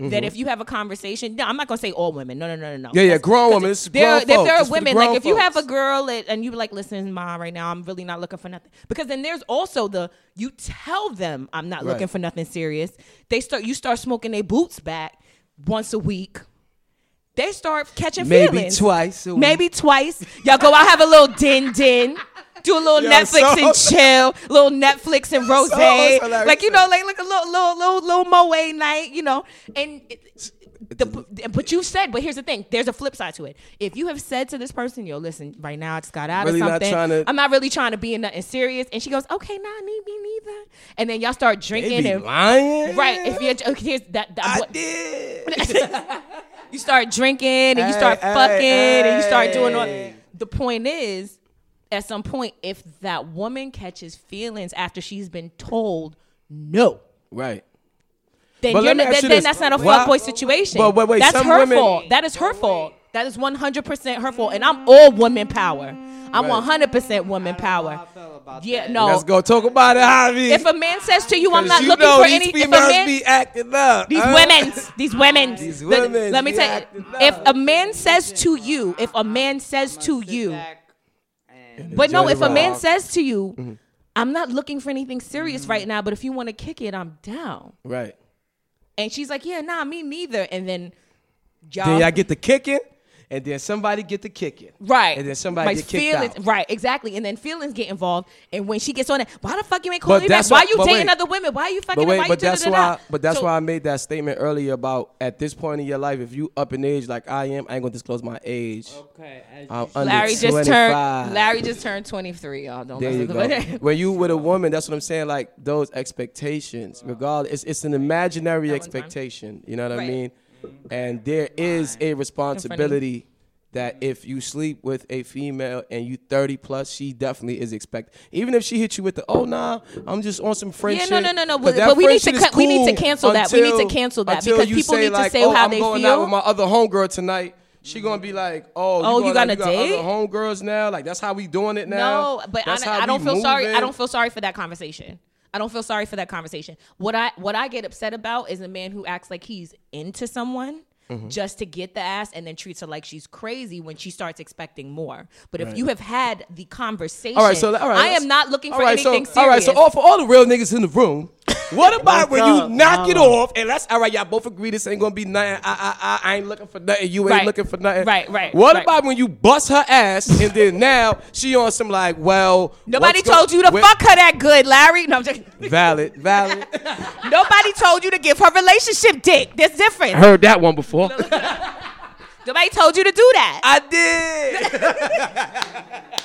Speaker 1: That if you have a conversation, no, I'm not gonna say all women. No, no, no, no, no.
Speaker 2: Mm-hmm. Yeah, yeah,
Speaker 1: That's-
Speaker 2: grown
Speaker 1: 'cause
Speaker 2: women. This is
Speaker 1: there,
Speaker 2: grown
Speaker 1: if there
Speaker 2: folks.
Speaker 1: are
Speaker 2: This for the
Speaker 1: women,
Speaker 2: grown
Speaker 1: like if you
Speaker 2: folks.
Speaker 1: have a girl at- and you like, listen, mom, right now I'm really not looking for nothing. Because then there's also the you tell them I'm not looking
Speaker 2: Right.
Speaker 1: for nothing serious. They start you start smoking their boots back once a week. They start catching
Speaker 2: Maybe
Speaker 1: feelings.
Speaker 2: twice a week.
Speaker 1: Maybe twice. Y'all go out have a little din din. Do a little
Speaker 2: Yo,
Speaker 1: Netflix and
Speaker 2: so-
Speaker 1: chill, little Netflix and rose,
Speaker 2: it's hilarious.
Speaker 1: like you know, like like a little little little little moe night, you know. And it, the, but you said, but here's the thing: there's a flip side to it. If you have said to this person, "Yo, listen, right now I just got out
Speaker 2: Really
Speaker 1: of
Speaker 2: not
Speaker 1: something.
Speaker 2: tryna-
Speaker 1: I'm not really trying to be in nothing serious," and she goes, "Okay, nah, me, me neither," and then y'all start
Speaker 2: They
Speaker 1: drinking
Speaker 2: be
Speaker 1: and
Speaker 2: lying.
Speaker 1: right. If you're okay, here's that. that
Speaker 2: I
Speaker 1: what-
Speaker 2: did.
Speaker 1: you start drinking and you
Speaker 2: Hey,
Speaker 1: start
Speaker 2: hey,
Speaker 1: fucking and you start doing
Speaker 2: hey.
Speaker 1: all. The point is, at some point, if that woman catches feelings after she's been told no,
Speaker 2: Right.
Speaker 1: then
Speaker 2: But
Speaker 1: you're
Speaker 2: let me
Speaker 1: not,
Speaker 2: ask
Speaker 1: then,
Speaker 2: you
Speaker 1: then
Speaker 2: this.
Speaker 1: that's not a
Speaker 2: Why-
Speaker 1: fuckboy situation.
Speaker 2: But wait, wait,
Speaker 1: that's
Speaker 2: some
Speaker 1: her
Speaker 2: women-
Speaker 1: fault. That is her fault. That is 100% her fault. And I'm all woman power. I'm
Speaker 2: Right.
Speaker 1: 100% woman
Speaker 3: How I
Speaker 1: power.
Speaker 3: felt about
Speaker 1: Yeah,
Speaker 3: that.
Speaker 1: no.
Speaker 2: Let's go talk about it, Javi.
Speaker 1: If a man says to you, "I'm
Speaker 2: 'Cause
Speaker 1: not
Speaker 2: you
Speaker 1: looking
Speaker 2: know
Speaker 1: for
Speaker 2: these
Speaker 1: any," if a
Speaker 2: females
Speaker 1: man,
Speaker 2: be acting up.
Speaker 1: these
Speaker 2: huh?
Speaker 1: women's, these women's.
Speaker 2: Uh, These
Speaker 1: Let-
Speaker 2: women's,
Speaker 1: Let, me
Speaker 2: they
Speaker 1: tell you,
Speaker 2: acting
Speaker 1: if
Speaker 2: up.
Speaker 1: a man says to you, if a man says
Speaker 3: I'ma
Speaker 1: to
Speaker 3: sit
Speaker 1: you,
Speaker 3: back and-
Speaker 1: but no,
Speaker 2: Enjoy
Speaker 1: if
Speaker 2: the
Speaker 1: a man
Speaker 2: ride.
Speaker 1: says to you,
Speaker 2: Mm-hmm.
Speaker 1: I'm not looking for anything serious right now, but if you want to kick it, I'm down.
Speaker 2: Right.
Speaker 1: And she's like, yeah, nah, me neither. And then y'all,
Speaker 2: Then y'all get the kicking, and then somebody get the kicking.
Speaker 1: right,
Speaker 2: And then somebody
Speaker 1: My
Speaker 2: get kicked
Speaker 1: feelings,
Speaker 2: out.
Speaker 1: right, exactly. And then feelings get involved. And when she gets on it, why the fuck you ain't calling
Speaker 2: But
Speaker 1: me back?
Speaker 2: that's
Speaker 1: Why
Speaker 2: why-
Speaker 1: you
Speaker 2: but
Speaker 1: dating
Speaker 2: wait.
Speaker 1: other women? Why you fucking?
Speaker 2: But wait,
Speaker 1: why
Speaker 2: but
Speaker 1: you
Speaker 2: that's
Speaker 1: da-da-da-da?
Speaker 2: why. But that's
Speaker 1: So-
Speaker 2: why I made that statement earlier about at this point in your life, if you up in age like I am, I ain't gonna disclose my age.
Speaker 3: Okay. as
Speaker 2: I'm
Speaker 3: you-
Speaker 2: under
Speaker 1: Larry just
Speaker 2: 25.
Speaker 1: turned. Larry just turned 23. Y'all don't
Speaker 2: There you
Speaker 1: listen
Speaker 2: go.
Speaker 1: to it.
Speaker 2: when you with a woman, that's what I'm saying. Like those expectations, regardless, it's, it's an
Speaker 1: one's
Speaker 2: imaginary
Speaker 1: mine.
Speaker 2: expectation. You know what I
Speaker 1: Right.
Speaker 2: mean? And there is a responsibility that if you sleep with a female and you 30 plus, she definitely is expect. Even if she hits you with the oh nah, I'm just on some friendship.
Speaker 1: no, no, no.
Speaker 2: 'cause
Speaker 1: But-
Speaker 2: that
Speaker 1: but we need to
Speaker 2: friendship is
Speaker 1: cut- we need to
Speaker 2: cool
Speaker 1: cancel that. We need to cancel that
Speaker 2: until
Speaker 1: because
Speaker 2: you
Speaker 1: people
Speaker 2: say,
Speaker 1: need to
Speaker 2: like,
Speaker 1: say
Speaker 2: oh,
Speaker 1: how
Speaker 2: I'm
Speaker 1: they
Speaker 2: going
Speaker 1: feel."
Speaker 2: out with my other homegirl tonight. She gonna be like, oh,
Speaker 1: Oh, you
Speaker 2: gonna-
Speaker 1: got a
Speaker 2: other
Speaker 1: date?
Speaker 2: homegirls now. Like that's how we doing it now.
Speaker 1: No, but
Speaker 2: That's
Speaker 1: I,
Speaker 2: how
Speaker 1: I don't
Speaker 2: we
Speaker 1: feel sorry. I
Speaker 2: moving.
Speaker 1: don't feel sorry for that conversation. I don't feel sorry for that conversation. What I what I get upset about is a man who acts like he's into someone
Speaker 2: Mm-hmm.
Speaker 1: just to get the ass and then treats her like she's crazy when she starts expecting more. But if you have had the conversation,
Speaker 2: All right, so all right,
Speaker 1: I
Speaker 2: let's-
Speaker 1: am not looking for
Speaker 2: all right,
Speaker 1: anything
Speaker 2: so,
Speaker 1: serious.
Speaker 2: All right, so all, for all the real niggas in the room, what about when
Speaker 4: What's
Speaker 2: you
Speaker 4: up?
Speaker 2: knock it
Speaker 4: Holla.
Speaker 2: off and that's all right? Y'all both agree this ain't gonna be nothing. I I I, I ain't looking for nothing. You ain't
Speaker 1: Right.
Speaker 2: looking for nothing.
Speaker 1: Right, right,
Speaker 2: What
Speaker 1: right.
Speaker 2: about when you bust her ass and then now she on some like, well,
Speaker 1: Nobody
Speaker 2: what's go-
Speaker 1: told you to
Speaker 2: where-
Speaker 1: fuck her that good, Larry. No, I'm just,
Speaker 2: Valid, valid.
Speaker 1: nobody told you to give her relationship dick. There's different.
Speaker 2: Heard that one before.
Speaker 1: Nobody told you to do that.
Speaker 2: I did.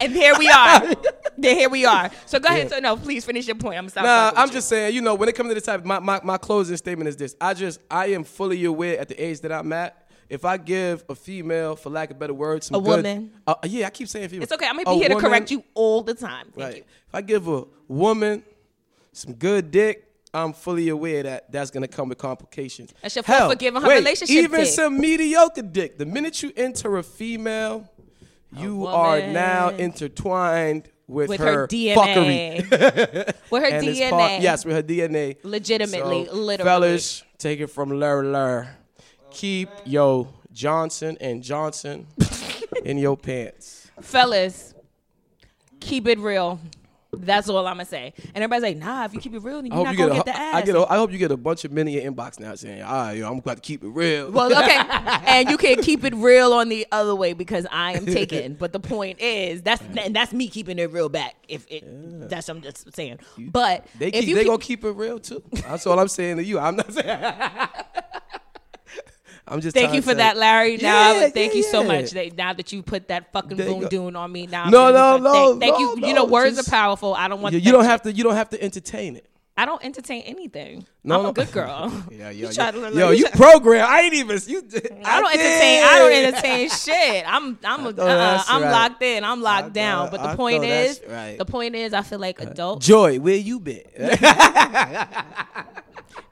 Speaker 1: And here we are. then here we are. So go ahead. So no, please finish your point. I'm sorry.
Speaker 2: Nah, I'm just saying, you know, when it comes to this type, my, my, my closing statement is this. I just, I am fully aware at the age that I'm at, if I give a female, for lack of better words, some
Speaker 1: A
Speaker 2: good-
Speaker 1: woman.
Speaker 2: Uh, yeah, I keep saying female.
Speaker 1: It's okay. I'm gonna
Speaker 2: A
Speaker 1: be here to
Speaker 2: woman-
Speaker 1: correct you all the time. Thank
Speaker 2: Right.
Speaker 1: you.
Speaker 2: If I give a woman some good dick, I'm fully aware that that's gonna come with complications.
Speaker 1: That's your fault for giving her
Speaker 2: wait,
Speaker 1: relationship
Speaker 2: Even
Speaker 1: dick.
Speaker 2: some mediocre dick. The minute you enter a female, you are now
Speaker 1: woman.
Speaker 2: intertwined with,
Speaker 1: with
Speaker 2: her,
Speaker 1: her,
Speaker 2: fuckery.
Speaker 1: DNA. with her
Speaker 2: And it's
Speaker 1: DNA.
Speaker 2: part- yes, with her DNA.
Speaker 1: Legitimately, literally.
Speaker 2: Fellas, take it from Larry Lur. Keep yo Johnson and Johnson in your pants.
Speaker 1: Fellas, keep it real. That's all I'm gonna say. And everybody's like, nah, if you keep it real, then
Speaker 2: I
Speaker 1: you're
Speaker 2: hope
Speaker 1: not
Speaker 2: you
Speaker 1: gonna
Speaker 2: get, a,
Speaker 1: get the ass.
Speaker 2: I get. A, I hope you get a bunch of men in your inbox now saying, "All right, yo, I'm about to keep it real."
Speaker 1: Well, okay. and you can keep it real on the other way because I am taken. but the point is that's and that's me keeping it real back. If it that's I'm just saying. But
Speaker 2: they
Speaker 1: if
Speaker 2: keep,
Speaker 1: you
Speaker 2: they
Speaker 1: keep,
Speaker 2: gonna keep it real too. That's all I'm saying to you. I'm not saying. I'm just.
Speaker 1: thank
Speaker 2: trying
Speaker 1: you
Speaker 2: to
Speaker 1: for
Speaker 2: say-
Speaker 1: that, Larry. Now
Speaker 2: Yeah,
Speaker 1: I would thank
Speaker 2: yeah,
Speaker 1: you so
Speaker 2: yeah.
Speaker 1: much. That now that you put that fucking
Speaker 2: There you
Speaker 1: boon
Speaker 2: go.
Speaker 1: doon on me now. I'm
Speaker 2: No,
Speaker 1: gonna be so-
Speaker 2: no, no,
Speaker 1: thank, thank
Speaker 2: no,
Speaker 1: you. you know,
Speaker 2: no,
Speaker 1: words
Speaker 2: just-
Speaker 1: are powerful. I don't want
Speaker 2: You,
Speaker 1: that
Speaker 2: you don't
Speaker 1: shit.
Speaker 2: have to. You don't have to entertain it.
Speaker 1: I don't entertain anything.
Speaker 2: No,
Speaker 1: I'm
Speaker 2: no.
Speaker 1: a good girl.
Speaker 2: Yeah,
Speaker 1: You
Speaker 2: yeah,
Speaker 1: try
Speaker 2: yeah.
Speaker 1: to learn-
Speaker 2: Yo,
Speaker 1: you
Speaker 2: you
Speaker 1: try-
Speaker 2: program. I ain't even. You.
Speaker 1: I don't entertain. I don't entertain shit. I'm I'm a, uh,
Speaker 2: Oh, that's
Speaker 1: I'm
Speaker 2: right.
Speaker 1: locked in. I'm locked
Speaker 2: I
Speaker 1: down.
Speaker 2: know-
Speaker 1: but the
Speaker 2: I
Speaker 1: point
Speaker 2: know that's
Speaker 1: is,
Speaker 2: right. Uh,
Speaker 1: the point is, I feel like adult
Speaker 2: Joy, where you been?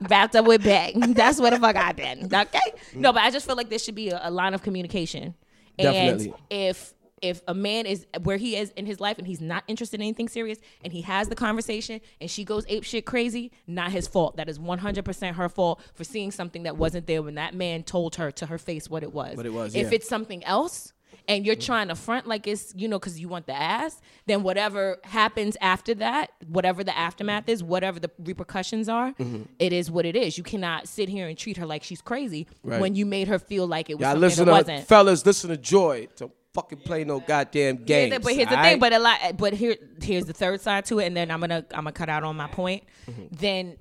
Speaker 1: wrapped up with bag. That's where the fuck I've been. Okay. No, but I just feel like there should be a, a line of communication.
Speaker 2: Definitely.
Speaker 1: And if if a man is where he is in his life and he's not interested in anything serious and he has the conversation and she goes ape shit crazy, not his fault. That is 100% her fault for seeing something that wasn't there when that man told her to her face what it was.
Speaker 2: What it was,
Speaker 1: If
Speaker 2: yeah.
Speaker 1: it's something else and you're trying to front like it's, you know, because you want the ass, then whatever happens after that, whatever the aftermath is, whatever the repercussions are,
Speaker 2: Mm-hmm.
Speaker 1: it is what it is. You cannot sit here and treat her like she's crazy
Speaker 2: Right.
Speaker 1: when you made her feel like it was
Speaker 2: Y'all
Speaker 1: something
Speaker 2: listen
Speaker 1: it
Speaker 2: to
Speaker 1: wasn't.
Speaker 2: fellas. Listen to Joy. Don't fucking play no goddamn games.
Speaker 1: Yeah, but here's the
Speaker 2: alright?
Speaker 1: thing. But a lot. But here, here's the third side to it, and then I'm gonna I'm gonna cut out on my point.
Speaker 2: Mm-hmm.
Speaker 1: Then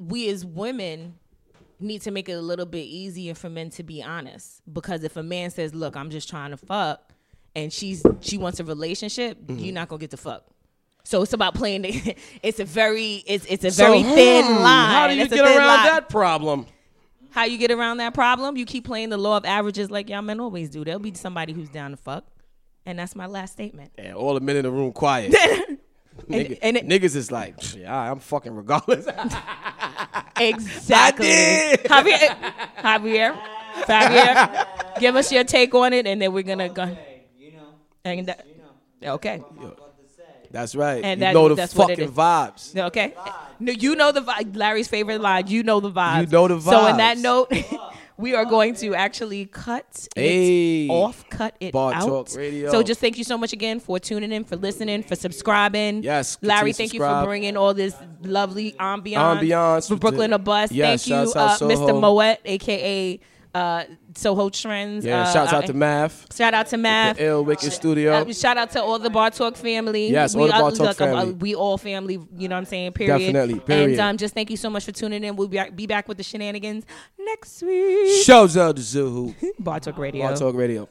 Speaker 1: we as women need to make it a little bit easier for men to be honest, because if a man says, "Look, I'm just trying to fuck," and she's she wants a relationship,
Speaker 2: Mm-hmm.
Speaker 1: you're not gonna get to fuck. So it's about playing. The, it's a very it's it's a very
Speaker 2: So,
Speaker 1: thin
Speaker 2: hmm,
Speaker 1: line.
Speaker 2: How do you
Speaker 1: It's a
Speaker 2: get
Speaker 1: thin
Speaker 2: around
Speaker 1: line.
Speaker 2: that problem?
Speaker 1: How you get around that problem? You keep playing the law of averages like y'all men always do. There'll be somebody who's down to fuck, and that's my last statement.
Speaker 2: And all the men in the room quiet. Nigga,
Speaker 1: and it-
Speaker 2: niggas is like, "Psh, yeah, alright, I'm fucking regardless.
Speaker 1: Exactly.
Speaker 2: I did.
Speaker 1: Javier, Javier, Javier, give us your take on it, and then we're gonna go.
Speaker 3: You know,
Speaker 1: And that, okay.
Speaker 2: that's right.
Speaker 1: And
Speaker 2: you
Speaker 1: that-
Speaker 2: know the
Speaker 1: that's what it
Speaker 2: fucking
Speaker 1: is.
Speaker 2: vibes.
Speaker 1: Okay. No, you know the vibe. Larry's favorite line. You know the vibe.
Speaker 2: You know the
Speaker 1: So, in that
Speaker 2: vibes.
Speaker 1: note, we are going to actually cut
Speaker 2: Hey.
Speaker 1: it off, cut it
Speaker 2: Bar
Speaker 1: out.
Speaker 2: Talk Radio.
Speaker 1: So, just thank you so much again for tuning in, for listening, for subscribing.
Speaker 2: Yes, continue
Speaker 1: Larry,
Speaker 2: to
Speaker 1: thank you
Speaker 2: subscribe.
Speaker 1: for bringing all this lovely ambiance,
Speaker 2: Ambiance.
Speaker 1: for Brooklyn a bus.
Speaker 2: Yes,
Speaker 1: thank you,
Speaker 2: shouts out
Speaker 1: uh, Mr.
Speaker 2: Soho.
Speaker 1: Moet, aka uh, Soho Trends.
Speaker 2: Yeah,
Speaker 1: uh,
Speaker 2: shouts out
Speaker 1: uh,
Speaker 2: to Math.
Speaker 1: Shout out to Math.
Speaker 2: L Wicked Studio.
Speaker 1: Uh, shout out to all the Bar Talk family.
Speaker 2: Yes, all the
Speaker 1: are-
Speaker 2: Bar Talk
Speaker 1: um, uh,
Speaker 2: family.
Speaker 1: we all family, you know what I'm saying? Period.
Speaker 2: Definitely, period.
Speaker 1: And um, just thank you so much for tuning in. We'll be back, be back with the shenanigans next week.
Speaker 2: Shows out to Zuhu.
Speaker 1: Bar Talk Radio.
Speaker 2: On Talk Radio.